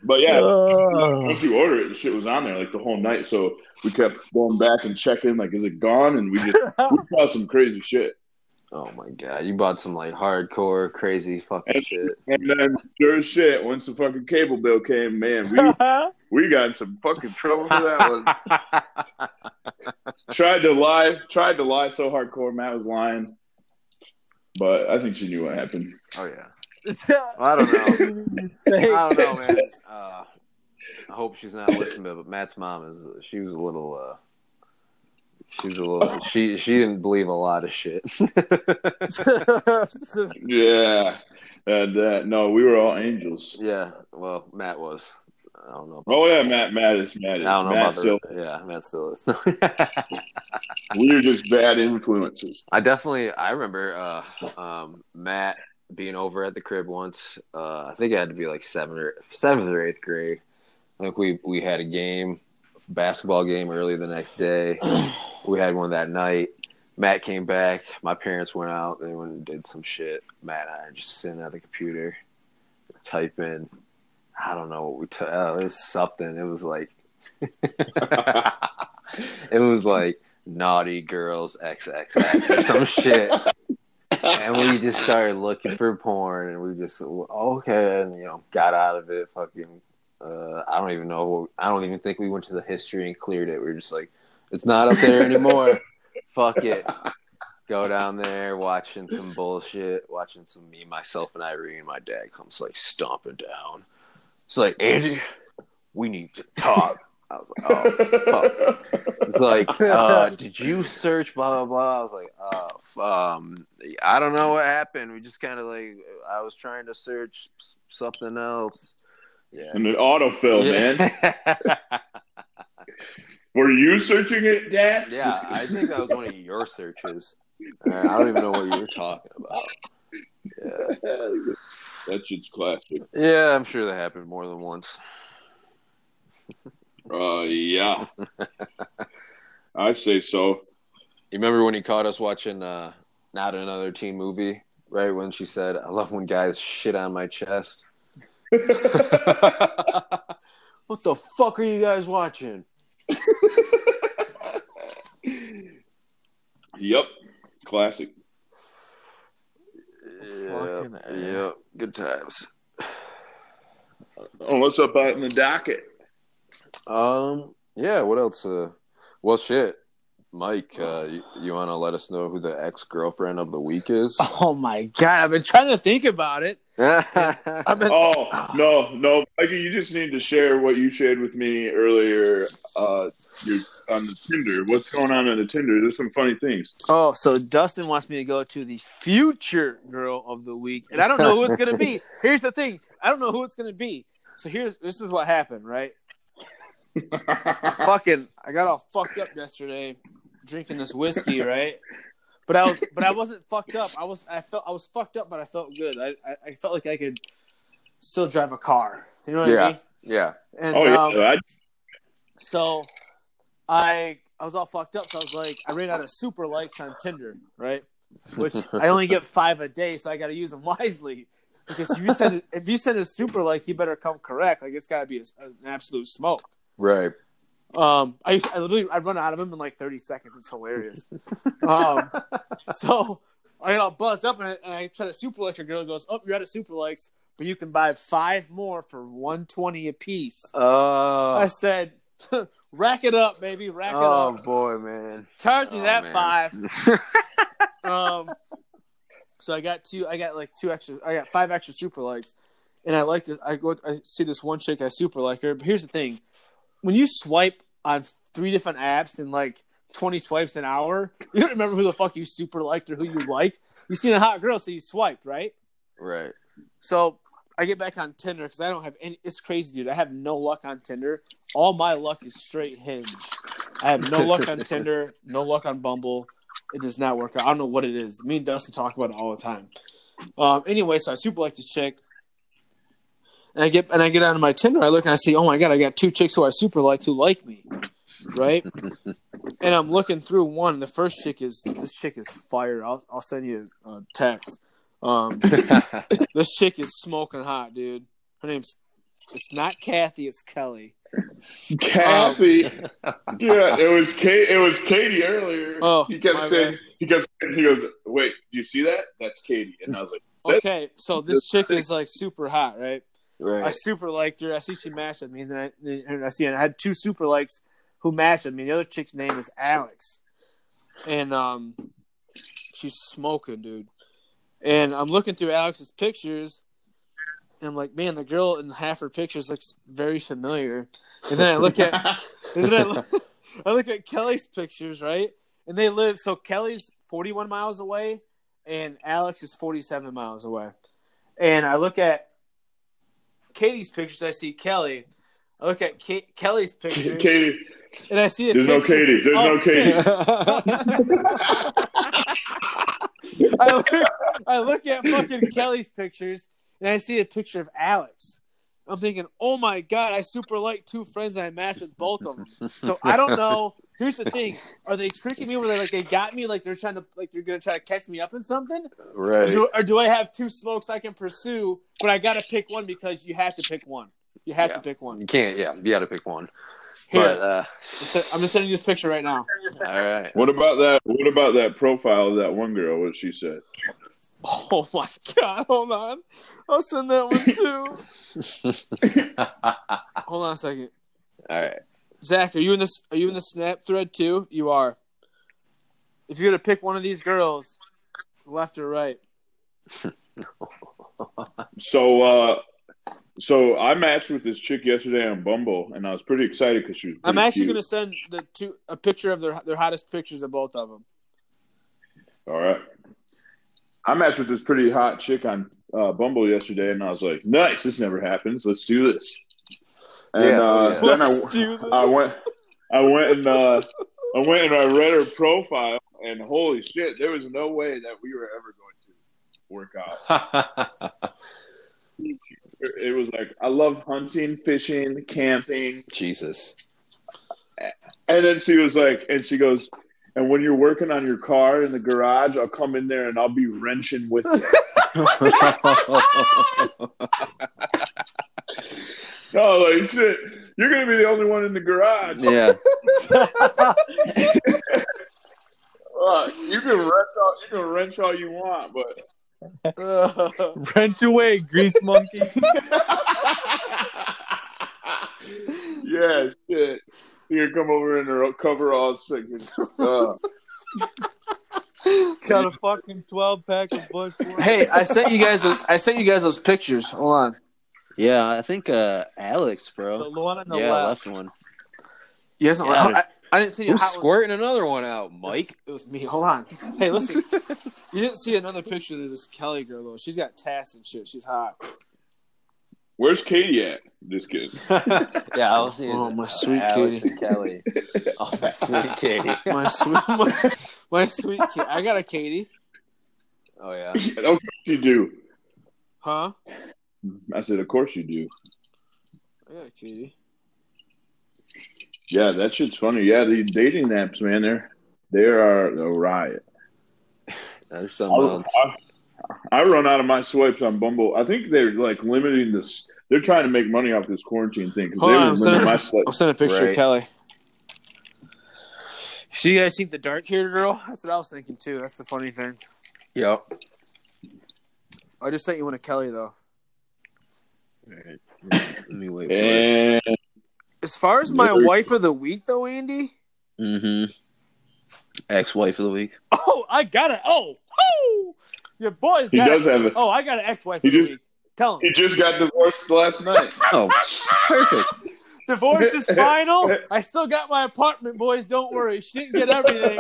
But yeah,
Uh. Ugh.
once you order it, the shit was on there like the whole night. So we kept going back and checking, like, is it gone? And we just we saw some crazy shit.
Oh my god, you bought some like hardcore, crazy fucking
And,
shit.
and then sure as shit, once the fucking cable bill came, man, we we got in some fucking trouble for that one. tried to lie, tried to lie so hardcore, Matt was lying. But I think she knew what happened.
Oh yeah. I don't know. I don't know, man. Uh, I hope she's not listening, to it, but Matt's mom is. She was a little. Uh, she was a little. She she didn't believe a lot of shit.
Yeah. And uh, no, we were all angels.
yeah. Well, Matt was. I don't know. About,
Oh yeah, Matt Mattis,
I
Mattis.
don't know
Matt
about
still,
the, Yeah, Matt still is.
we were just bad influences.
I definitely I remember uh, um, Matt being over at the crib once. Uh, I think it had to be like seventh or seventh or eighth grade. I think we we had a game, basketball game early the next day. we had one that night. Matt came back. My parents went out. They went and did some shit. Matt and I are just sitting at the computer, typing. I don't know what we took. Oh, it was something. It was like, it was like naughty girls XXX or some shit. And we just started looking for porn, and we just okay, and you know, got out of it. Fucking, uh, I don't even know. I don't even think we went to the history and cleared it. We were just like, it's not up there anymore. Fuck it. Go down there, watching some bullshit, watching some me, myself, and Irene. My dad comes like stomping down. It's like Andy, we need to talk. I was like, oh fuck. It's like, uh, did you search blah blah blah? I was like, uh, f- um, I don't know what happened. We just kind of like, I was trying to search something else. Yeah.
And an autofill, man.
yeah.
Were you searching it, Dad?
yeah, I think that was one of your searches. Uh, I don't even know what you were talking about. Yeah,
that shit's classic.
yeah, I'm sure that happened more than once.
Uh, yeah. I say so.
You remember when he caught us watching uh, not another teen movie? Right when she said, "I love when guys shit on my chest." what the fuck are you guys watching?
Yep. Classic.
Yeah,
Fucking A.
yeah, good times.
Oh, what's up out in the docket?
Um, yeah. What else? Uh, well, shit, Mike. Uh, you, you want to let us know who the ex girlfriend of the week is?
Oh my god! I've been trying to think about it.
I've been
Oh no, no, Mikey, you just need to share what you shared with me earlier. Uh, you on the Tinder. What's going on on the Tinder? There's some funny things.
Oh, so Dustin wants me to go to the future girl of the week, and I don't know who it's gonna be. Here's the thing: I don't know who it's gonna be. So here's this is what happened, right?
Oh,
Fucking, I got all fucked up yesterday, drinking this whiskey, right? But I was, but I wasn't fucked up. I was, I felt, I was fucked up, but I felt good. I, I, I felt like I could still drive a car. You know what
Yeah.
I mean?
yeah.
And
oh yeah,
um,
I,
so I I was all fucked up. So I was like, I ran out of super likes on Tinder, right? Which I only get five a day, so I got to use them wisely. Because if you send if you send a super like, you better come correct. Like it's got to be a, an absolute smoke.
Right.
Um, I used, I literally I run out of them in like thirty seconds. It's hilarious. um, so I got all buzzed up and I, and I try to super like a girl. Goes, oh, you're out of super likes, but you can buy five more for one twenty a piece. I
Oh.
said, rack it up, baby, rack it
Oh
up.
boy, man.
Charge me
Oh,
that
man.
five. Um, so I got two. I got like two extra. I got five extra super likes, and I like this. I go. I see this one chick. I super like her. But here's the thing: when you swipe on three different apps in like 20 swipes an hour, you don't remember who the fuck you super liked or who you liked. You seen a hot girl, so you swiped, right?
Right.
So I get back on Tinder because I don't have any. It's crazy, dude. I have no luck on Tinder. All my luck is straight hinge. I have no luck on Tinder, no luck on Bumble. It does not work out. I don't know what it is. Me and Dustin talk about it all the time. Um, anyway, so I super like this chick, and I get and I get onto my Tinder. I look and I see, oh my god, I got two chicks who I super liked who like me, right? and I'm looking through one. The first chick is this chick is fire. I'll I'll send you a text. Um, this chick is smoking hot, dude. Her name's It's not Kathy. It's Kelly.
Kathy. yeah, it was Kate. It was Katie earlier.
Oh,
he kept
my
saying.
bad.
He kept. Saying, he goes, "Wait, do you see that? That's Katie." And I was like,
Okay, so this
That's
chick
sick.
is like super hot, right? I
Right.
super liked her. I see she matched with me, and then I, and I see I had two super likes who matched with me. The other chick's name is Alex, and um, she's smoking, dude. And I'm looking through Alex's pictures, and I'm like, man, the girl in half her pictures looks very familiar. And then I look at and then I look, I look at Kelly's pictures, right? And they live so Kelly's 41 miles away and Alex is 47 miles away. And I look at Katie's pictures, I see Kelly. I look at Ka- Kelly's pictures
"Katie,
and I see a
there's no
picture-
Katie. There's
Oh,
no Katie."
I look, I look at fucking Kelly's pictures and I see a picture of Alex. I'm thinking, oh my god, I super like two friends I matched with both of them. So I don't know. Here's the thing: Are they tricking me? Where they like they got me? Like they're trying to like they're gonna try to catch me up in something? Or
Right.
do, or do I have two smokes I can pursue? But I gotta pick one because you have to pick one. You have
Yeah.
to pick one.
You can't. Yeah, you got to pick one.
Here,
But uh,
I'm se- I'm just sending you this picture right now.
all right.
What about that? What about that profile of that one girl? What she said?
Oh my god! Hold on, I'll send that one too. hold on a second.
all right.
Zach, are you in this? Are you in the snap thread too? You are. If you're gonna pick one of these girls, left or right?
So, uh, so I matched with this chick yesterday on Bumble, and I was pretty excited because she was.
I'm
pretty
actually
cute.
gonna send the two a picture of their their hottest pictures of both of them.
All right. I matched with this pretty hot chick on uh, Bumble yesterday, and I was like, "Nice, this never happens. Let's do this." And
Yeah,
uh,
yeah.
then I,
Let's do this.
I went, I went and uh, I went and I read her profile, and holy shit, there was no way that we were ever going to work out. It was like I love hunting, fishing, camping,
Jesus.
and then she was like, and she goes, and when you're working on your car in the garage, I'll come in there and I'll be wrenching with you. No, like shit, you're gonna be the only one in the garage.
yeah.
Fuck, you can wrench all you can wrench all you want, but
Wrench away, grease monkey.
yeah, shit. You can come over in her coveralls, thinking, uh,
Got a fucking 12 pack of Bush.
hey, I sent you guys. a- I sent you guys those pictures. Hold on.
yeah, I think uh, Alex,
The
bro.
one on the
yeah,
left.
left one.
You guys don't-
Yeah.
I, I didn't see you.
Who's squirting another one out, Mike?
It was me. Hold on. Hey, listen. you didn't see another picture of this Kelly girl though. She's got tats and shit. She's hot.
"Where's Katie at?" Just kidding.
Yeah, I'll see.
Oh, my sweet
Alex
Katie.
and Kelly. Oh, my sweet Katie.
My sweet, my, my sweet. Katie. I got a Katie.
Oh yeah.
of course you do.
Huh?
I said, "Of course you do."
I got a Katie.
Yeah, that shit's funny. Yeah, the dating apps, man, they're they are a riot.
That's something
Oh.
I,
else.
I, I run out of my swipes on Bumble. I think they're like limiting this. They're trying to make money off this quarantine thing because
Hold
they
on, Oh,
were
I'm
limiting
sorry.
my swipes.
I'll send a picture of
Right.
Kelly. She you guys seen the dark haired girl? That's what I was thinking too. That's the funny thing.
Yep.
I just sent you one of Kelly though.
Let me wait for it.
And
As far as my
Literally.
wife of the week though, Andy.
Mm-hmm. Ex-wife of the week.
Oh, I got it. Oh, oh, your boy's
he
got
does
it.
have a
Oh, I got an ex wife
He
of the
just-
week. Tell him.
He just got divorced last night.
Oh, perfect.
Divorce is final. I still got my apartment, boys. Don't worry. She didn't get everything.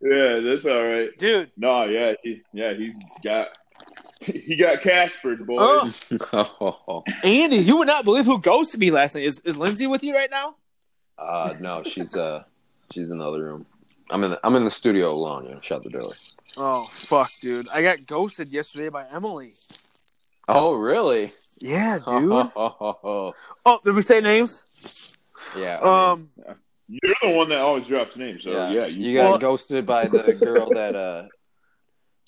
yeah, that's all right.
Dude.
No, yeah, he, yeah, he got he got Caspered, boys.
Oh,
Oh,
Andy, you would not believe who ghosted me last night. Is is Lindsay with you right now?
uh, no, she's uh, she's in the other room. I'm in. The, I'm in the studio alone. You know, shut the door.
Oh fuck, dude. I got ghosted yesterday by Emily.
Oh, really?
Yeah,
Oh,
dude. oh, did we say names?
Yeah. I mean,
Um
You're the one that always drops names, so yeah,
yeah.
you,
You got
Well-
ghosted by the girl that uh,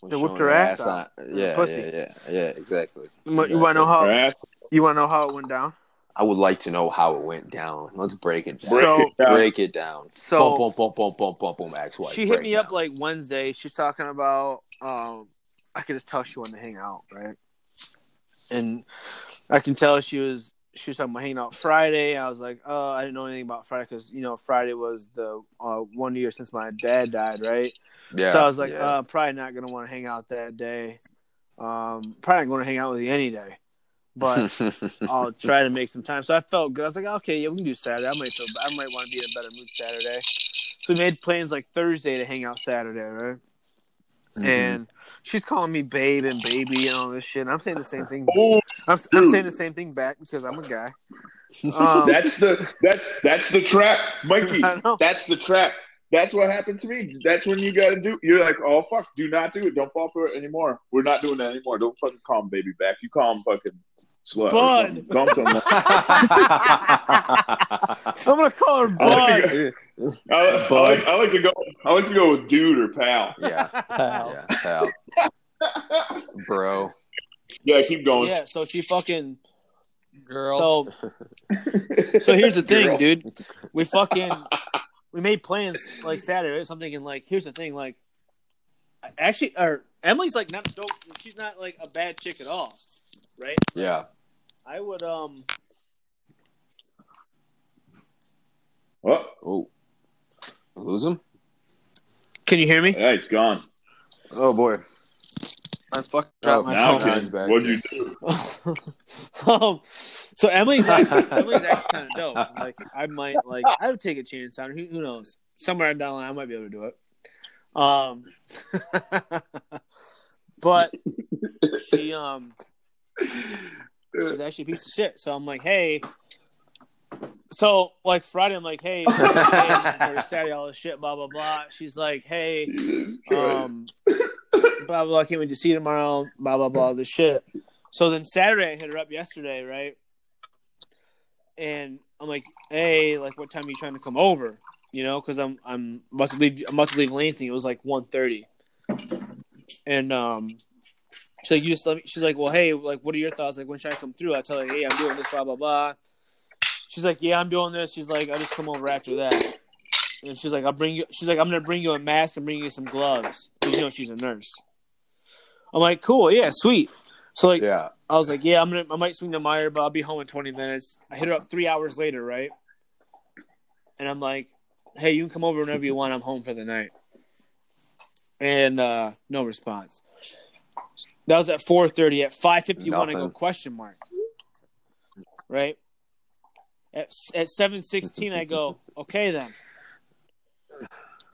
was
They whipped
showing
her ass
on- Yeah,
pussy.
yeah, yeah, yeah, exactly.
You want to know
Um,
All
how?
right.
You want to know how it went down?
I would like to know how it went down. Let's break it. Down.
Break
So-
it down.
break it down.
So
boom, boom, boom, boom, boom, boom, boom. Ex-wife.
she hit
break
me
down.
up like Wednesday. She's talking about um I could just tell she wanted to hang out, right? And I can tell she was she was talking about hanging out Friday. I was like, oh, I didn't know anything about Friday because you know Friday was the uh, one year since my dad died, right?
yeah,
so I was like,
yeah.
uh, probably not gonna want to hang out that day. Um, probably not going to hang out with you any day, but I'll try to make some time. So I felt good. I was like, okay, yeah, we can do Saturday. I might feel, I might want to be in a better mood Saturday. So we made plans like Thursday to hang out Saturday, right?
Mm-hmm.
And she's calling me babe and baby and all this shit. And I'm saying the same thing.
Oh,
I'm, I'm
dude.
saying the same thing back because I'm a guy. Um,
that's the that's that's the trap, Mikey.
I know.
That's the trap. That's what happened to me. That's when you gotta do. You're like, oh fuck, do not do it. Don't fall for it anymore. We're not doing that anymore. Don't fucking call him baby back. You call him fucking slut. or
Bud.
something. Call him something.
I'm gonna call her
I like,
Bud.
to go, I, I like, I like to go. I like to go with dude or pal.
yeah,
Pal.
yeah, pal. bro.
Yeah, keep going.
Yeah, so she fucking
Girl.
so so here's the thing,
Girl.
dude. We fucking we made plans like Saturday. So I'm thinking like, here's the thing, like actually, or Emily's like not dope. She's not like a bad chick at all, right?
Yeah,
I would um.
Oh,
oh, lose him.
Can you hear me?
yeah, it's gone.
Oh boy.
I fucking
Oh,
dropped my
Now,
okay.
phone.
kid, what'd you do?
um, so Emily's actually, Emily's actually kind of dope. Like I might like I would take a chance on her. Who, who knows? Somewhere down the line, I might be able to do it. Um, but she um she's actually a piece of shit. So I'm like, hey. So like Friday, I'm like, hey, or Saturday, all this shit, blah blah blah. She's like, hey,
Jesus Christ.
um, blah blah. Can't wait to see you tomorrow. Blah blah blah. This shit. So then Saturday, I hit her up yesterday, right? And I'm like, hey, like, what time are you trying to come over? You know, because I'm I'm about to leave. I'm about to leave Lansing. It was like 1.30. and um, she's like, you just let me. She's like, well, hey, like, what are your thoughts? Like, when should I come through? I tell her, hey, I'm doing this, blah blah blah. She's like, yeah, I'm doing this. She's like, I'll just come over after that. And she's like, I'll bring you. She's like, I'm gonna bring you a mask and bring you some gloves. 'Cause you know she's a nurse. I'm like, cool, yeah, sweet. So like,
Yeah.
I was like, yeah, I'm gonna, I might swing to Meyer, but I'll be home in 20 minutes. I hit her up three hours later, right? And I'm like, hey, you can come over whenever you want. I'm home for the night. And uh no response. That was at 4:30. At 5:51, I go
Nothing.
question mark. Right. At at 7:16, I go okay then.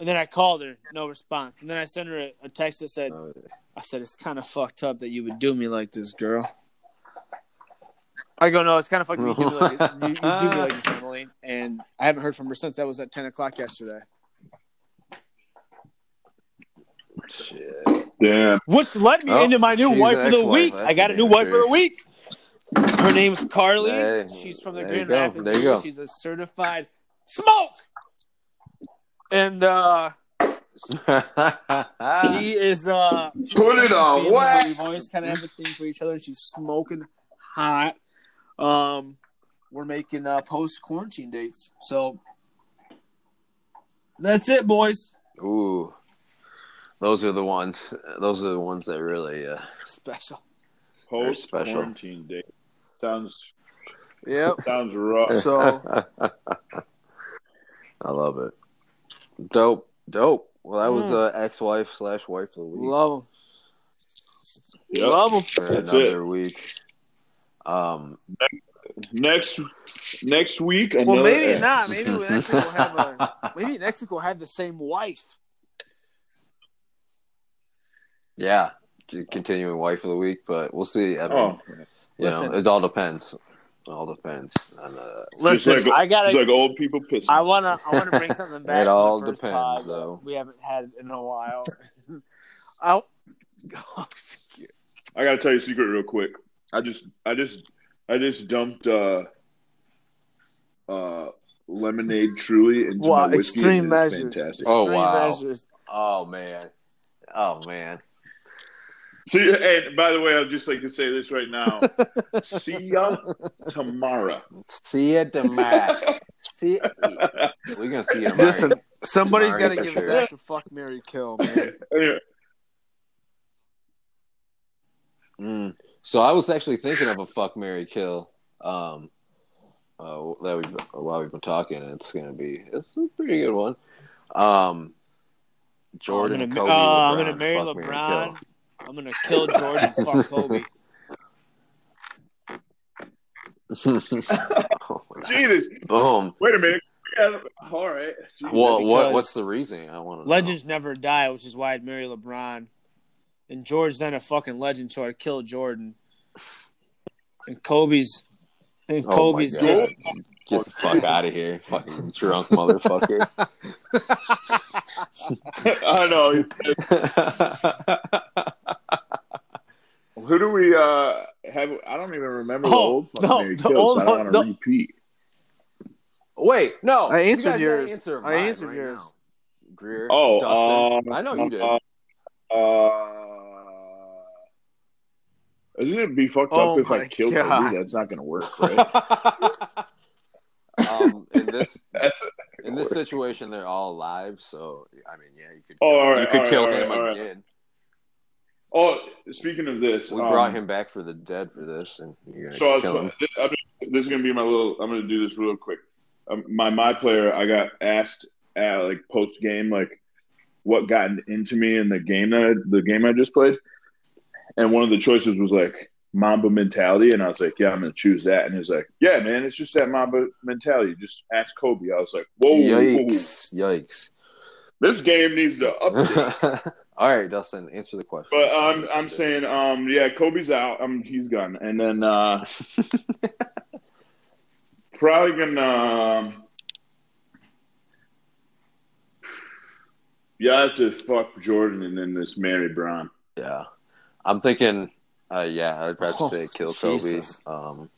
And then I called her, no response. And then I sent her a, a text that said,
Uh,
I said, it's kind of fucked up that you would do me like this, girl. I go, no, it's kind of fucked up. You do me like, you, you do me like this, Emily. And I haven't heard from her since. That was at 10 o'clock yesterday.
shit.
Damn.
Which led me
Oh,
into my new
she's
wife
an
of the
ex-wife.
week.
That's
I got a
an
new wife for
answer.
the week. Her name's Carly.
Hey,
She's from the
there you
Grand
go.
Rapids.
There you
area.
go.
She's a certified smoke. And uh,
Ah.
she is uh,
Put it on
family, but
wax.
We've always kind of have a thing for each other. She's smoking hot. Um, we're making uh, post quarantine dates. So that's it, boys.
Ooh, those are the ones. Those are the ones that really. Uh,
Special.
Post
special.
quarantine date. Sounds
Yep.
sounds rough.
So
I love it. Dope, dope. Well, that
Mm.
was uh, ex-wife slash wife of the week
love him.
Yep.
Love him.
for
That's
another week. Um,
Next next week another
Well, maybe
ex.
not. Maybe we actually will have a. Maybe next week we'll have the same wife.
yeah, just continuing wife of the week, but we'll see. I mean,
Oh,
you
listen.
know, it all depends. It all depends. On, uh,
Listen,
Just like-
I gotta.
it's like old people pissing.
I wanna. I wanna bring something back.
it
to the
all
first
depends,
pod.
though.
we haven't had in a while. I
I gotta tell you a secret real quick. I just I just I just dumped uh uh lemonade truly into
Wow,
my whiskey.
extreme
and it is
measures.
Fantastic.
Oh,
Extreme
wow.
measures.
Oh man. Oh man.
See, and by the way, I'd just like to say this right now. See ya tomorrow.
See you tomorrow. see, we're gonna see you tomorrow.
Listen, somebody's got
Tomorrow,
to
for
give
sure.
Zach a fuck Mary kill, man.
Anyway,
Mm. So I was actually thinking of a fuck Mary kill. Um, uh, that we while we've been talking, and it's gonna be it's a pretty good one. Um, Jordan,
I'm gonna,
Kobe,
oh, I'm
LeBron,
gonna marry
fuck, Mary,
LeBron. I'm gonna kill Jordan. fuck Kobe.
kill. Oh, my God.
Jesus.
Boom.
Wait a minute. Yeah, all right. Jesus.
Well, what
Because-
what's the reason? I want to
Legends never die, which is why I'd marry LeBron. And George's not a fucking legend, so I'd kill Jordan. And Kobe's and
Oh my
Kobe's
God.
just
Get the fuck out of here, fucking drunk motherfucker.
I know. Who do we uh, have? I don't even remember the
Oh,
old fuck
no,
Mary
the
kills.
old
I don't
one-
want to
no.
repeat.
Wait, no.
I
you
answered
guys gotta
yours.
answer
I
mine
answered yours.
now. Greer.
Oh,
Dustin.
uh,
I know you did.
Uh, uh, isn't it be fucked
Oh
up if I
my
kill
God.
Kobe? That's not going to work, right?
um, in this
That's,
in this situation, they're all alive. So I mean, yeah, you could
oh, all right.
you could
all right,
kill
all right,
him
all right.
again.
Oh, speaking of this,
We
um,
brought him back for the dead for this, and you're gonna
So I was,
kill him.
this, I'm just, this is gonna be my little. I'm gonna do this real quick. Um, my my player, I got asked at like post game, like what got into me in the game that I, the game I just played, and one of the choices was like Mamba mentality, and I was like, yeah, I'm gonna choose that, and he's like, yeah, man, it's just that Mamba mentality. Just ask Kobe. I was like, whoa,
Yikes! Yikes!
this game needs to update.
all right, Dustin, answer the question.
But I'm I'm saying um yeah Kobe's out um he's gone and then uh probably gonna um, yeah I have to fuck Jordan and then this Mary Brown
Yeah, I'm thinking. Uh, yeah, I'd probably
Oh,
say kill
Jesus.
Kobe. Um,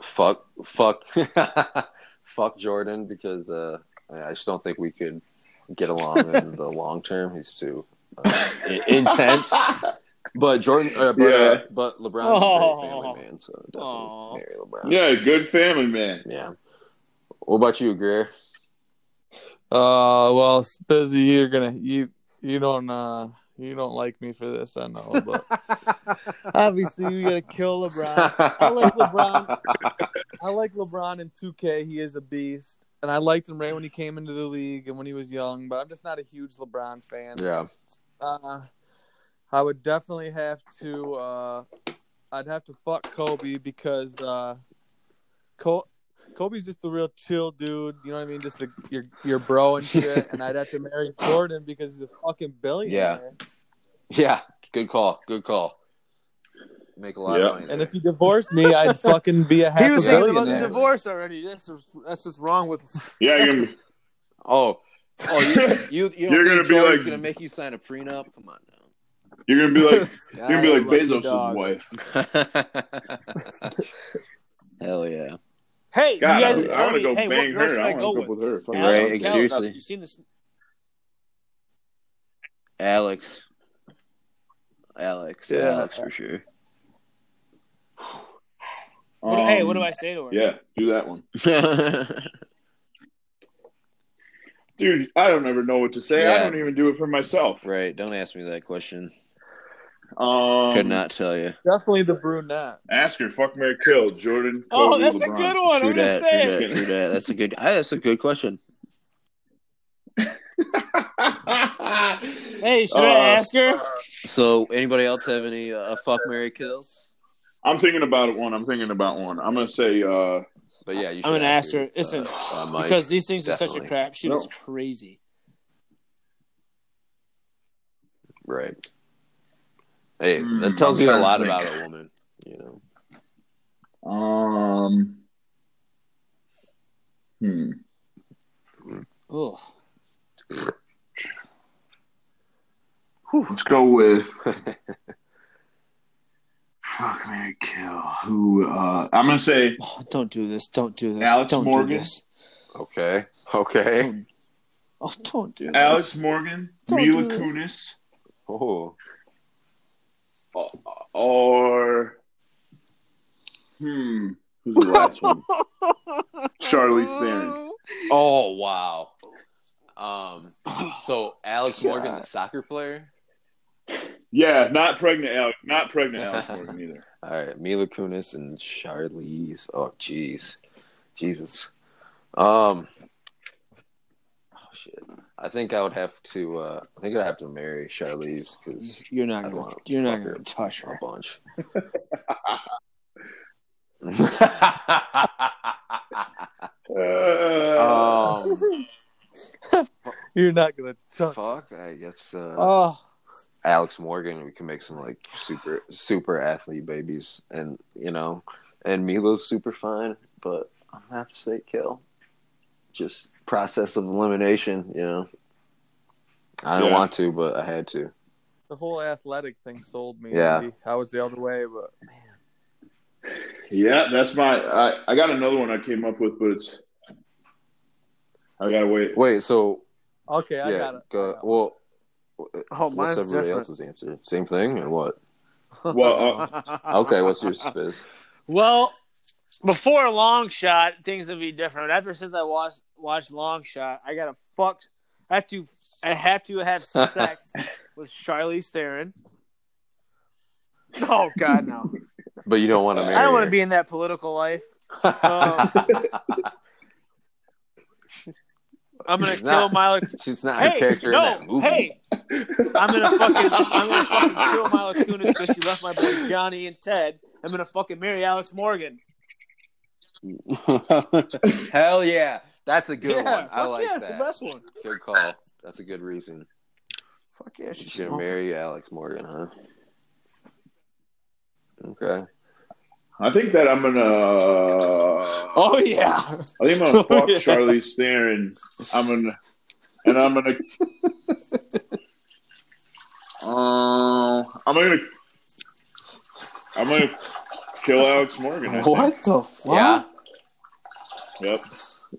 fuck, fuck, fuck Jordan because uh, I just don't think we could get along in the long term. He's too uh, i- intense. But Jordan, uh, but, uh,
Yeah.
but LeBron's a great
Oh.
family man, so definitely
Aw.
marry LeBron.
yeah good family man
yeah. What about you, Greer?
Uh, well, it's busy. You're gonna you you don't uh you don't like me for this. I know, but obviously we gotta kill LeBron. I like LeBron. I like LeBron in 2K. He is a beast, and I liked him right when he came into the league and when he was young. But I'm just not a huge LeBron fan.
Yeah.
Uh, I would definitely have to. Uh, I'd have to fuck Kobe because uh, Col- Kobe's just a real chill dude. You know what I mean? Just a, your your bro and shit. and I'd have to marry Jordan because he's a fucking billionaire.
Yeah. Good call. Good call. Make a lot
Yeah.
of money.
And
there.
if he divorced me, I'd fucking be a half
He was
a
thinking about the
billionaire.
divorce already. That's that's just wrong with
yeah you're gonna,
Oh, oh, you you, you don't
You're
think
gonna be
Jordan's
like-
gonna make you sign a prenup? Come on
you're gonna be like you're gonna be like
lucky
Bezos'
dog.
wife
now. Hell yeah!
Hey,
God
you guys
I,
didn't
I
tell
wanna
me,
go
hey,
bang
what girl
her
should
I
I
wanna
go
hook
with?
up with her Fuck
Alex
Right,
Kellner.
seriously.
You seen this?
Alex, Alex,
Yeah.
Alex for sure.
that.
what- hey, what do
Um,
I say to her?
yeah do that one dude I don't ever know what to say I
Yeah.
don't even do it for myself
right? Don't ask me that question.
um
Could not tell you.
Definitely the brunette.
ask her fuck Mary kill Jordan
Oh,
Kobe,
that's a
LeBron.
good one.
True
I'm gonna
that. True
say it.
that. True that. That's a good. I, that's a good question.
Hey, should I
Uh,
ask her?
So, anybody else have any uh, fuck Mary kills?
I'm thinking about one. I'm thinking about one. I'm gonna say uh,
But yeah, you.
I'm
should
gonna ask her.
your,
Listen,
uh, uh, Mike.
Because these things are such a
definitely.
crap shoot. It's
No.
crazy.
Right. Hey,
Hmm,
that tells
I'm
you a
trying to
lot
think.
about a woman, you know.
um. Hmm.
Ugh.
Let's go with. Fuck Mary Kill. Who? Uh, I'm gonna say
Oh, don't do this. Don't do this.
Alex
don't
Morgan?
do this.
Okay. Okay.
Don't- Oh, don't do this.
Alex Morgan,
Don't
Mila
do it.
Kunis,
Oh.
Or hmm, who's the last one? Charlie Theron.
Oh wow. Um. So Alex Morgan, the
God.
soccer player.
Yeah, not pregnant Alex. Not pregnant Alex Morgan either.
All right, Mila Kunis and Charlize. Oh, jeez, Jesus. Um. Oh shit. I think I would have to. Uh, I think I'd have to marry Charlize because
You're not
I
gonna.
don't
You're not
fuck
gonna
her.
touch
a
her.
bunch.
Uh,
um.
You're not gonna touch.
Fuck. I guess. Uh,
Oh,
Alex Morgan, we can make some like super super athlete babies, and you know, and Milo's super fine, but I'm gonna have to say kill. Just process of elimination, you know. I didn't
Yeah.
want to, but I had to.
the whole athletic thing sold me.
Yeah.
Andy. I was the other way, but
yeah, that's my. I, I got another one I came up with, but it's. I gotta wait.
Wait, so
okay, I
yeah,
got it.
go-
I got it.
well,
Oh,
what's
mine's
everybody
different.
else's answer? Same thing or what?
Well, uh,
Okay, what's your Spiz?
Well, before long shot, things would be different. But ever since I watched watched long shot, I gotta fuck. I have to. I have to have sex with Charlize Theron. Oh God, no!
But you don't want to marry.
I don't want to be in that political life. um, I'm gonna
She's
kill
not-
Milo.
She's not
Hey,
a character
no,
in that movie.
hey! I'm gonna fucking. I'm gonna fucking kill Milo Kunis because she left my boy Johnny and Ted. I'm gonna fucking marry Alex Morgan.
Hell yeah, that's a good
yeah,
one. I
fuck
like
yeah, it's
that.
the best one.
Good call. That's a good reason.
Fuck yeah, she's
She's gonna marry Alex Morgan, huh? Okay.
I think that I'm gonna.
Oh yeah.
I think I'm gonna fuck
Yeah.
Charlize Theron. I'm gonna, and I'm gonna. Uh, I'm gonna. I'm gonna kill Alex Morgan. I think.
What the fuck?
Yeah.
Yep.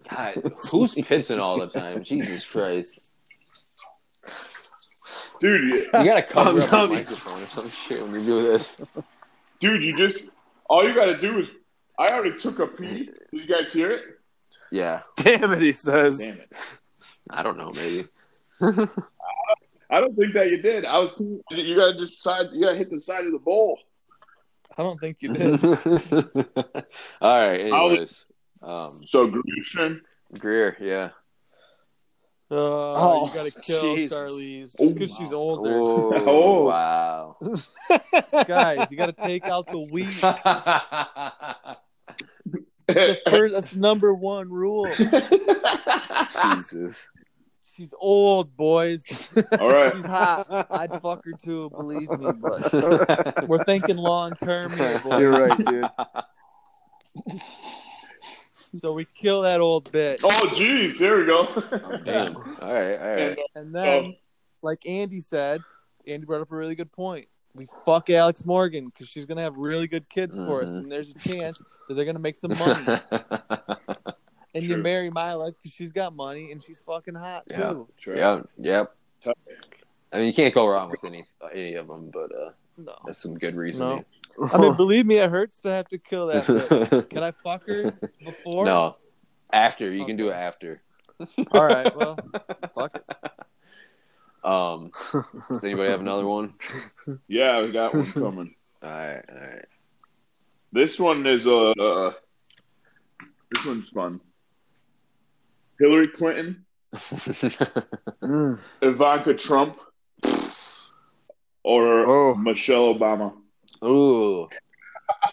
God, who's pissing all the time? Jesus Christ!
Dude, you-
You gotta cover up the
Um,
microphone or some shit when you do this.
dude, you just all you gotta do is. I already took a pee. Did you guys hear it?
Yeah.
Damn it, he says.
Damn it!
I don't know. Maybe.
I don't think that you did. I was. peeing- You gotta just side. You gotta hit the side of the bowl.
I don't think you did. Uh,
all right.
I'll-
Anyways, um,
So Grushin.
Greer. Yeah.
Uh,
Oh,
you gotta kill
Jesus.
Charlize
Oh
just because she's older.
Whoa,
Oh.
Wow.
Guys, you gotta take out the weak.
Dude,
First, that's number one rule.
Jesus.
She's old, boys.
All right.
She's hot. I'd fuck her too, believe me. But we're thinking long term here, boys.
You're
right, dude.
So we kill that old bitch,
Oh, geez. There we go. uh,
Damn. All right. All right.
and then, like Andy said, Andy brought up a really good point. We fuck Alex Morgan because she's gonna have really good kids for us,
Mhm.
and there's a chance that they're gonna make some uh, money. And you
True.
marry Mila because she's got money and she's fucking hot too.
Yeah. Yeah, yep. I mean, you can't go wrong with any any of them, but uh,
No.
that's some good reasoning.
I mean, believe me, it hurts to have to kill that. bitch. Can I fuck her before?
no, after you can do it after.
All right. Well, fuck it.
Um, does anybody have another one?
Yeah, we got one coming.
All right, all right.
This one is uh, uh this one's fun. Hillary Clinton, Ivanka Trump, or
Oh.
Michelle Obama.
Ooh,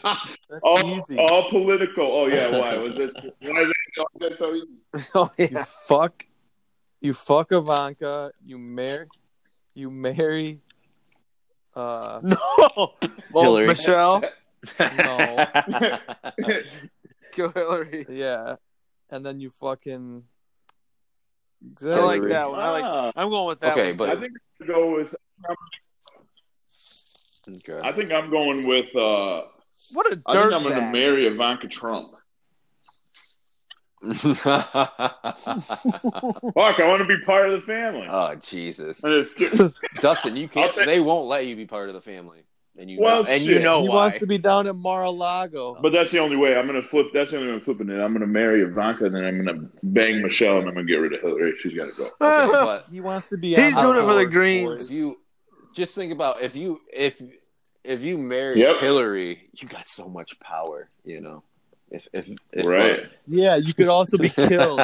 That's
All,
easy.
all political. Oh yeah, why was this? Why is that, why is that so easy?
Oh
You
yeah.
fuck. You fuck Ivanka. You marry. You marry. Uh,
No. Well,
Hillary.
Michelle.
No.
Kill Hillary.
yeah, and then you fucking.
I
Exactly.
like
Hillary.
that one. I like.
Ah,
I'm going with that.
okay,
one.
I
but
think I'm gonna go with. I
okay.
think I'm going with. uh
what a
I think
dirt
I'm going to marry Ivanka Trump. Fuck, I want to be part of the family.
oh Jesus,
And it's-
Dustin, you can't.
I'll take-
they won't let you be part of the family. and you
Well,
know, and
shit.
you know
he
why.
wants to be down in Mar-a-Lago.
But that's the only way I'm gonna flip. That's the only way I'm flipping it. I'm gonna marry Ivanka, then I'm gonna bang Michelle, and I'm gonna get rid of Hillary. She's gotta go.
Okay, but
he wants to be.
He's
on
doing it for the
board,
greens.
boys.
if you just think about if you if if you marry
Yep.
Hillary, you got so much power. You know, if if, if
right?
Yeah, you could also be killed.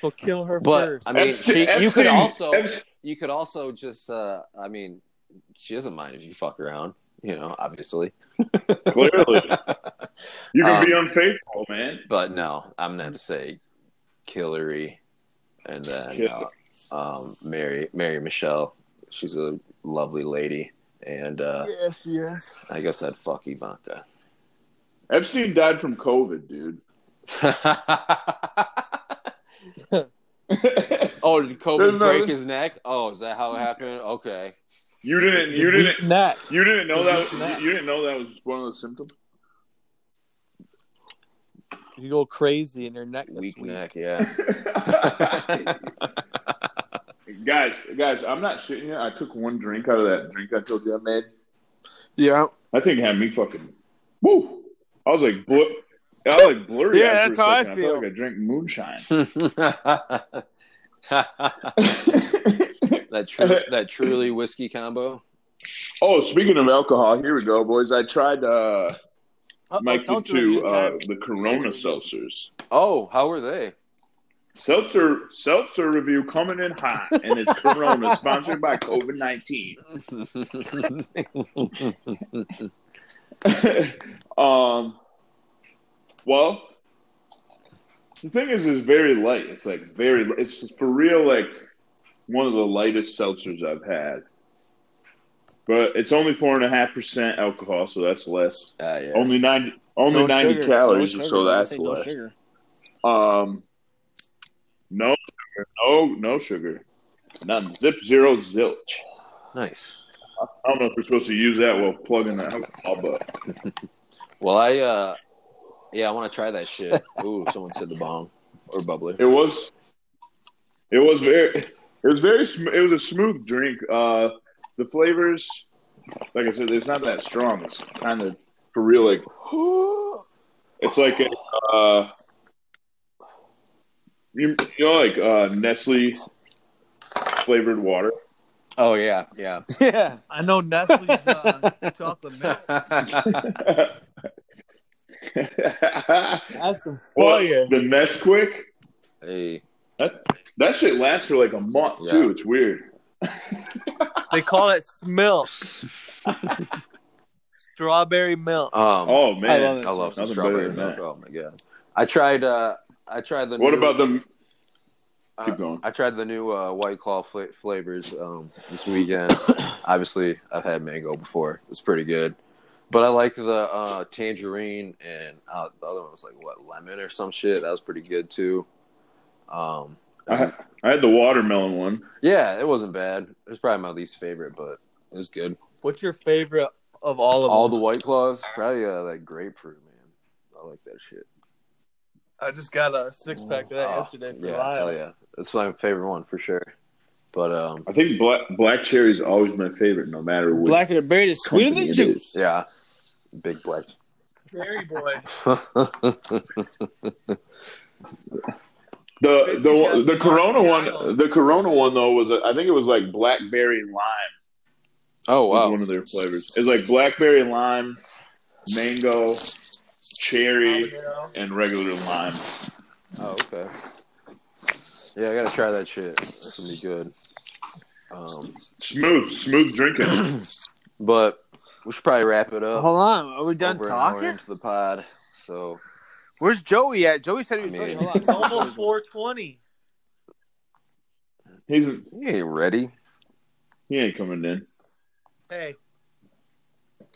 so kill her
but
first.
I mean,
Epstein-
she, you
Epstein-
could also
Epstein-
you could also just uh I mean, she doesn't mind if you fuck around. You know, obviously,
Clearly, you can be
Um,
unfaithful, man.
but no, I'm not to say Hillary and then
Yeah.
uh, um, Mary Mary Michelle. She's a lovely lady, and uh,
yes, yes.
I guess I'd fuck Ivanka.
Epstein died from COVID, dude.
oh, did
There's
Kobe
no-
break his neck? Oh, is that how it happened? Okay.
you didn't. You
Weak
didn't.
neck.
You didn't know
It's a weak
that.
neck.
You didn't know that was one of the symptoms.
You go crazy and your neck. gets
Weak
weak.
neck, yeah.
guys, guys, I'm not shitting you. I took one drink out of that drink I told you I made.
Yeah.
That thing had me fucking. Woo! I was like, bl- I was like blurry.
Yeah, that's
eyed for a
how I
second.
feel.
felt like I drank moonshine.
that true, that truly whiskey combo.
oh, speaking of alcohol, here we go, boys. I tried uh, Mike did two uh, the Corona seltzers.
Oh, how were they?
Seltzer seltzer review coming in hot, and it's Corona, sponsored by COVID nineteen. um, well, the thing is, it's very light. It's like very. It's for real, like one of the lightest seltzers I've had. But it's only four and a half percent alcohol, so that's less.
Ah, yeah.
Only ninety, only ninety calories, so that's less.
sugar.
Um, no sugar, no no sugar, none. Zip zero zilch.
Nice.
I don't know if we're supposed to use that while plugging the alcohol, but
Well, I, uh, yeah, I want to try that shit. Ooh, someone said the bong or bubbler.
it was, it was very, it was very, sm- it was a smooth drink. Uh, the flavors, like I said, it's not that strong. It's kind of for real, like it's like a, uh, you, you know, like uh, Nestle flavored water.
Oh, yeah, yeah.
Yeah.
I know Nestle's uh, chocolate milk.
That's
some
The Nesquik,
hey.
that shit lasts for like a month
Yeah.
too. It's weird.
They call it smilk. Strawberry milk.
Um,
Oh man,
love it.
I love some
Nothing better
strawberry
than
milk.
that.
Oh my god! I tried. uh I tried the.
what
new,
about the?
uh,
Keep going.
I tried the new uh, White Claw fla- flavors um, this weekend. Obviously, I've had mango before. It's pretty good, but I like the uh, tangerine and uh, the other one was like what lemon or some shit. That was pretty good too. Um,
I, I had the watermelon one.
yeah, it wasn't bad. It was probably my least favorite, but it was good.
What's your favorite of all of
All
them?
the White Claws, probably uh, that grapefruit, man. I like that shit.
I just got a six pack of that
Oh,
yesterday for
yeah,
Lyle.
Hell yeah, that's my favorite one for sure. But um,
I think black black cherry is always my favorite, no matter what.
berry is
company it is.
yeah, big black.
Berry boy.
The
It's
the
got
one- the
some
Corona
marshmallows.
one, the Corona one though was I think it was like blackberry lime.
oh
was
wow,
one of their flavors. It's like blackberry lime, mango, cherry, and regular lime.
oh okay. Yeah, I gotta try that shit. That's gonna be good. Um,
Smooth, smooth drinking.
but we should probably wrap it up.
Hold on. Are we done
Uh, Over an hour
talking?
into the pod. So
Where's Joey at? Joey said he
I
was ready.
mean-
Hold
It's
on.
almost 420.
He's
you ain't ready.
he ain't coming in.
Hey, we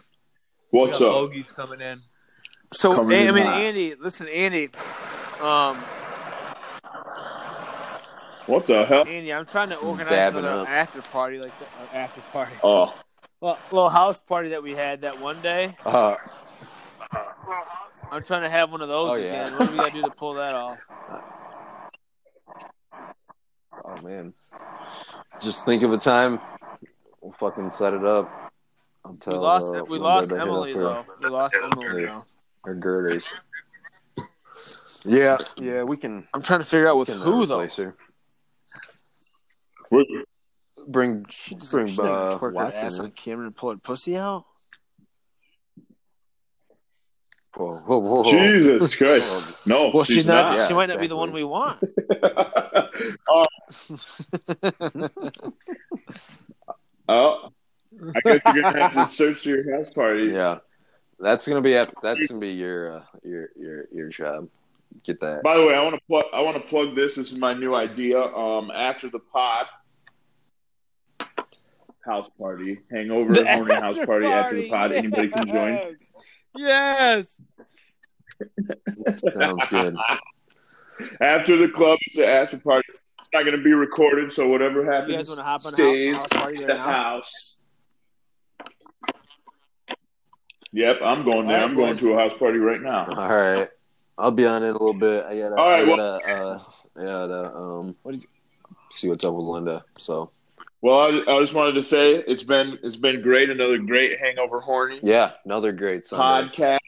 What's
got
up?
Bogey's coming in.
So
Coming
I
in
mean,
hot.
Andy, listen, Andy. Um,
What the hell?
Andy, I'm trying to organize
Dabbing
another
up.
after party, like the uh, after party,
Oh,
well, little house party that we had that one day.
Uh,
I'm trying to have one of those
Oh, yeah.
again. What do we gotta do to pull that off?
oh man, just think of a time. We'll fucking set it up. Until,
We lost.
uh,
we
when
lost
they hit
Emily
up her-
though. We lost Emily
Yeah.
though.
Her girders. Yeah, yeah, we can.
I'm trying to figure out
we
with
can, uh,
who though.
replace her.
What-
Bring
She's
bring
she's
uh,
gonna twerk her
Watson.
ass
in.
on camera and pull her pussy out.
Whoa, whoa, whoa, whoa.
Jesus Christ! No,
Well, she's, not.
not.
she
Yeah,
might not be the one
exactly.
we want.
oh, oh, I guess you're gonna have to search your house party.
Yeah, that's gonna be at, that's gonna be your uh, your your your job. Get that.
By the way, I want to plug. I want to plug this. This is my new idea. Um, after the pod, house party, hangover,
The
morning house
after
party. After the pod,
party,
anybody can join.
Yes. Yes.
Sounds good.
After the club, it's the after party. It's not going to be recorded, so whatever happens
You guys want to hop on a
stays
house, house party
in
right
the
now?
house. Yep, I'm going there.
All right,
I'm going
boys.
to a house party right now.
All right, I'll be on it a little bit. I gotta.
All right,
I gotta. uh, I gotta um.
What did
See what's up with Linda. So
Well, I, I just wanted to say it's been it's been great. Another great hangover horny
yeah, another great Sunday.
podcast.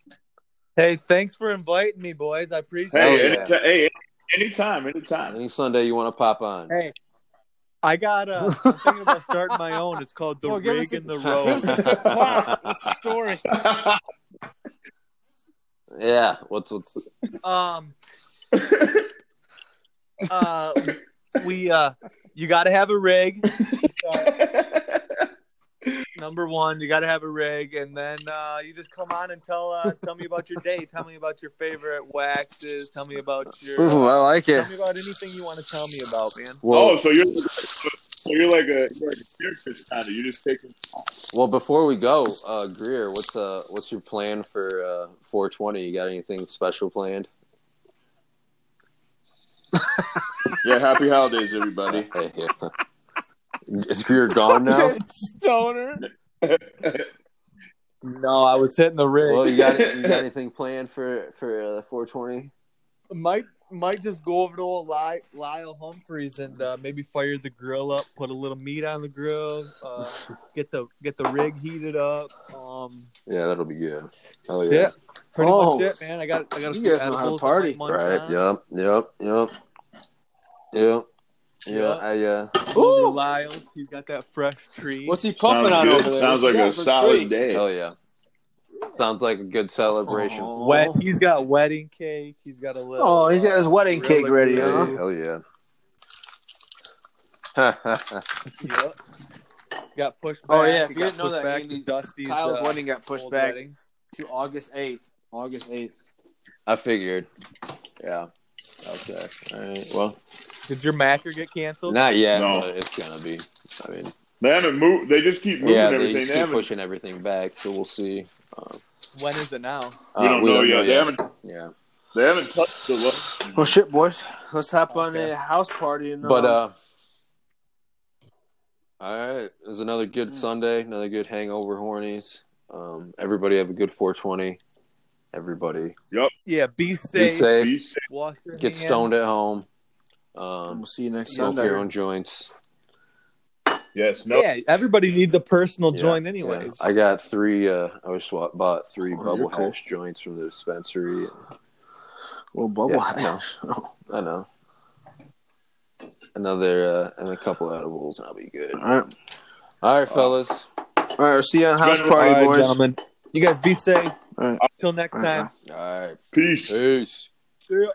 Hey, thanks for inviting me, boys. I appreciate
Hey,
it.
yeah.
anytime, hey, anytime, anytime.
Any Sunday you want to pop on?
Hey, I got uh, I'm thinking about starting my own. It's called the
Well, give us
rig
a-
and the
Give us
road.
a good plot. What's the story?
Yeah. What's what's
Um, uh, we uh, you got to have a rig. Number one, you got to have a rig, and then uh, you just come on and tell uh, tell me about your day. Tell me about your favorite waxes. Tell me about your. uh,
Ooh, I like it.
Tell me about anything you want to tell me about, man.
Well,
oh, so you're so you're like a you're like a therapist kind of. You just take
well, before we go, uh, Greer, what's uh, what's your plan for uh, 420? You got anything special planned?
yeah. Happy holidays, everybody.
Hey, yeah. Is Greer gone now?
Stoner.
No, I was hitting the rig.
well, you got you got anything planned for for uh, 420?
might might just go over to old Ly- Lyle Humphreys and uh, maybe fire the grill up, put a little meat on the grill, uh, get the get the rig heated up. Um,
Yeah, that'll be good. Oh
yeah.
yeah.
pretty
Oh.
much it, man. I got I got a
You
few
guys know how to
edibles
party.
I might munch
Right.
on.
Yep. Yep. Yep. Yep. Yeah.
Yeah.
I uh.
Over to
Ooh.
Lyle's, he's got that fresh tree.
What's he puffing
Sounds
on
good.
over there?
Sounds like a
What's he got for
solid
tree?
day.
Hell yeah. Sounds like a good celebration.
Oh.
Wet. He's got wedding cake. He's got a little.
Oh, he's got his wedding
Really
cake ready,
good.
huh?
Hey, hell yeah.
Yep. Got pushed. Back.
Oh, yeah, if
It
you
got
didn't know
pushed
that,
back
Andy,
to Dusty's
Kyle's
uh,
wedding got pushed
old
back
wedding.
to August 8th. August 8th.
I figured. Yeah. Okay. All right. Well,
Did your macker get canceled?
not yet,
No.
but it's gonna be. I mean,
They haven't moved. They just keep moving
yeah, they
everything.
just
They
keep
haven't.
pushing everything back, so we'll see.
When is it now?
Uh, We don't know yet. They haven't.
Yeah,
They haven't touched the look.
Well, shit, boys. Let's hop on
Okay.
a house party. And,
but
um,
uh, all right. It was another good Sunday. Another good hangover hornies. Um, everybody have a good 420. Everybody
Yeah, be safe.
be safe.
Be safe.
Wash your
Get
hands.
stoned at home.
and
Um,
we'll see you next
smoke
Sunday.
your own joints.
Yes. No.
Yeah, everybody needs a personal
Yeah,
joint,
yeah.
anyways.
I got three. Uh, I just wa- bought three
Oh,
bubble
you're cool.
hash joints from the dispensary.
Well, bubble
Yeah, I know.
hash.
I know. Another uh, and a couple edibles, and I'll be good.
All right.
All right, fellas.
All right. We'll see you on house
All
party,
All right,
boys.
gentlemen. You guys be safe.
All right.
Till next
All right,
time.
All right.
Peace.
Peace.
See ya.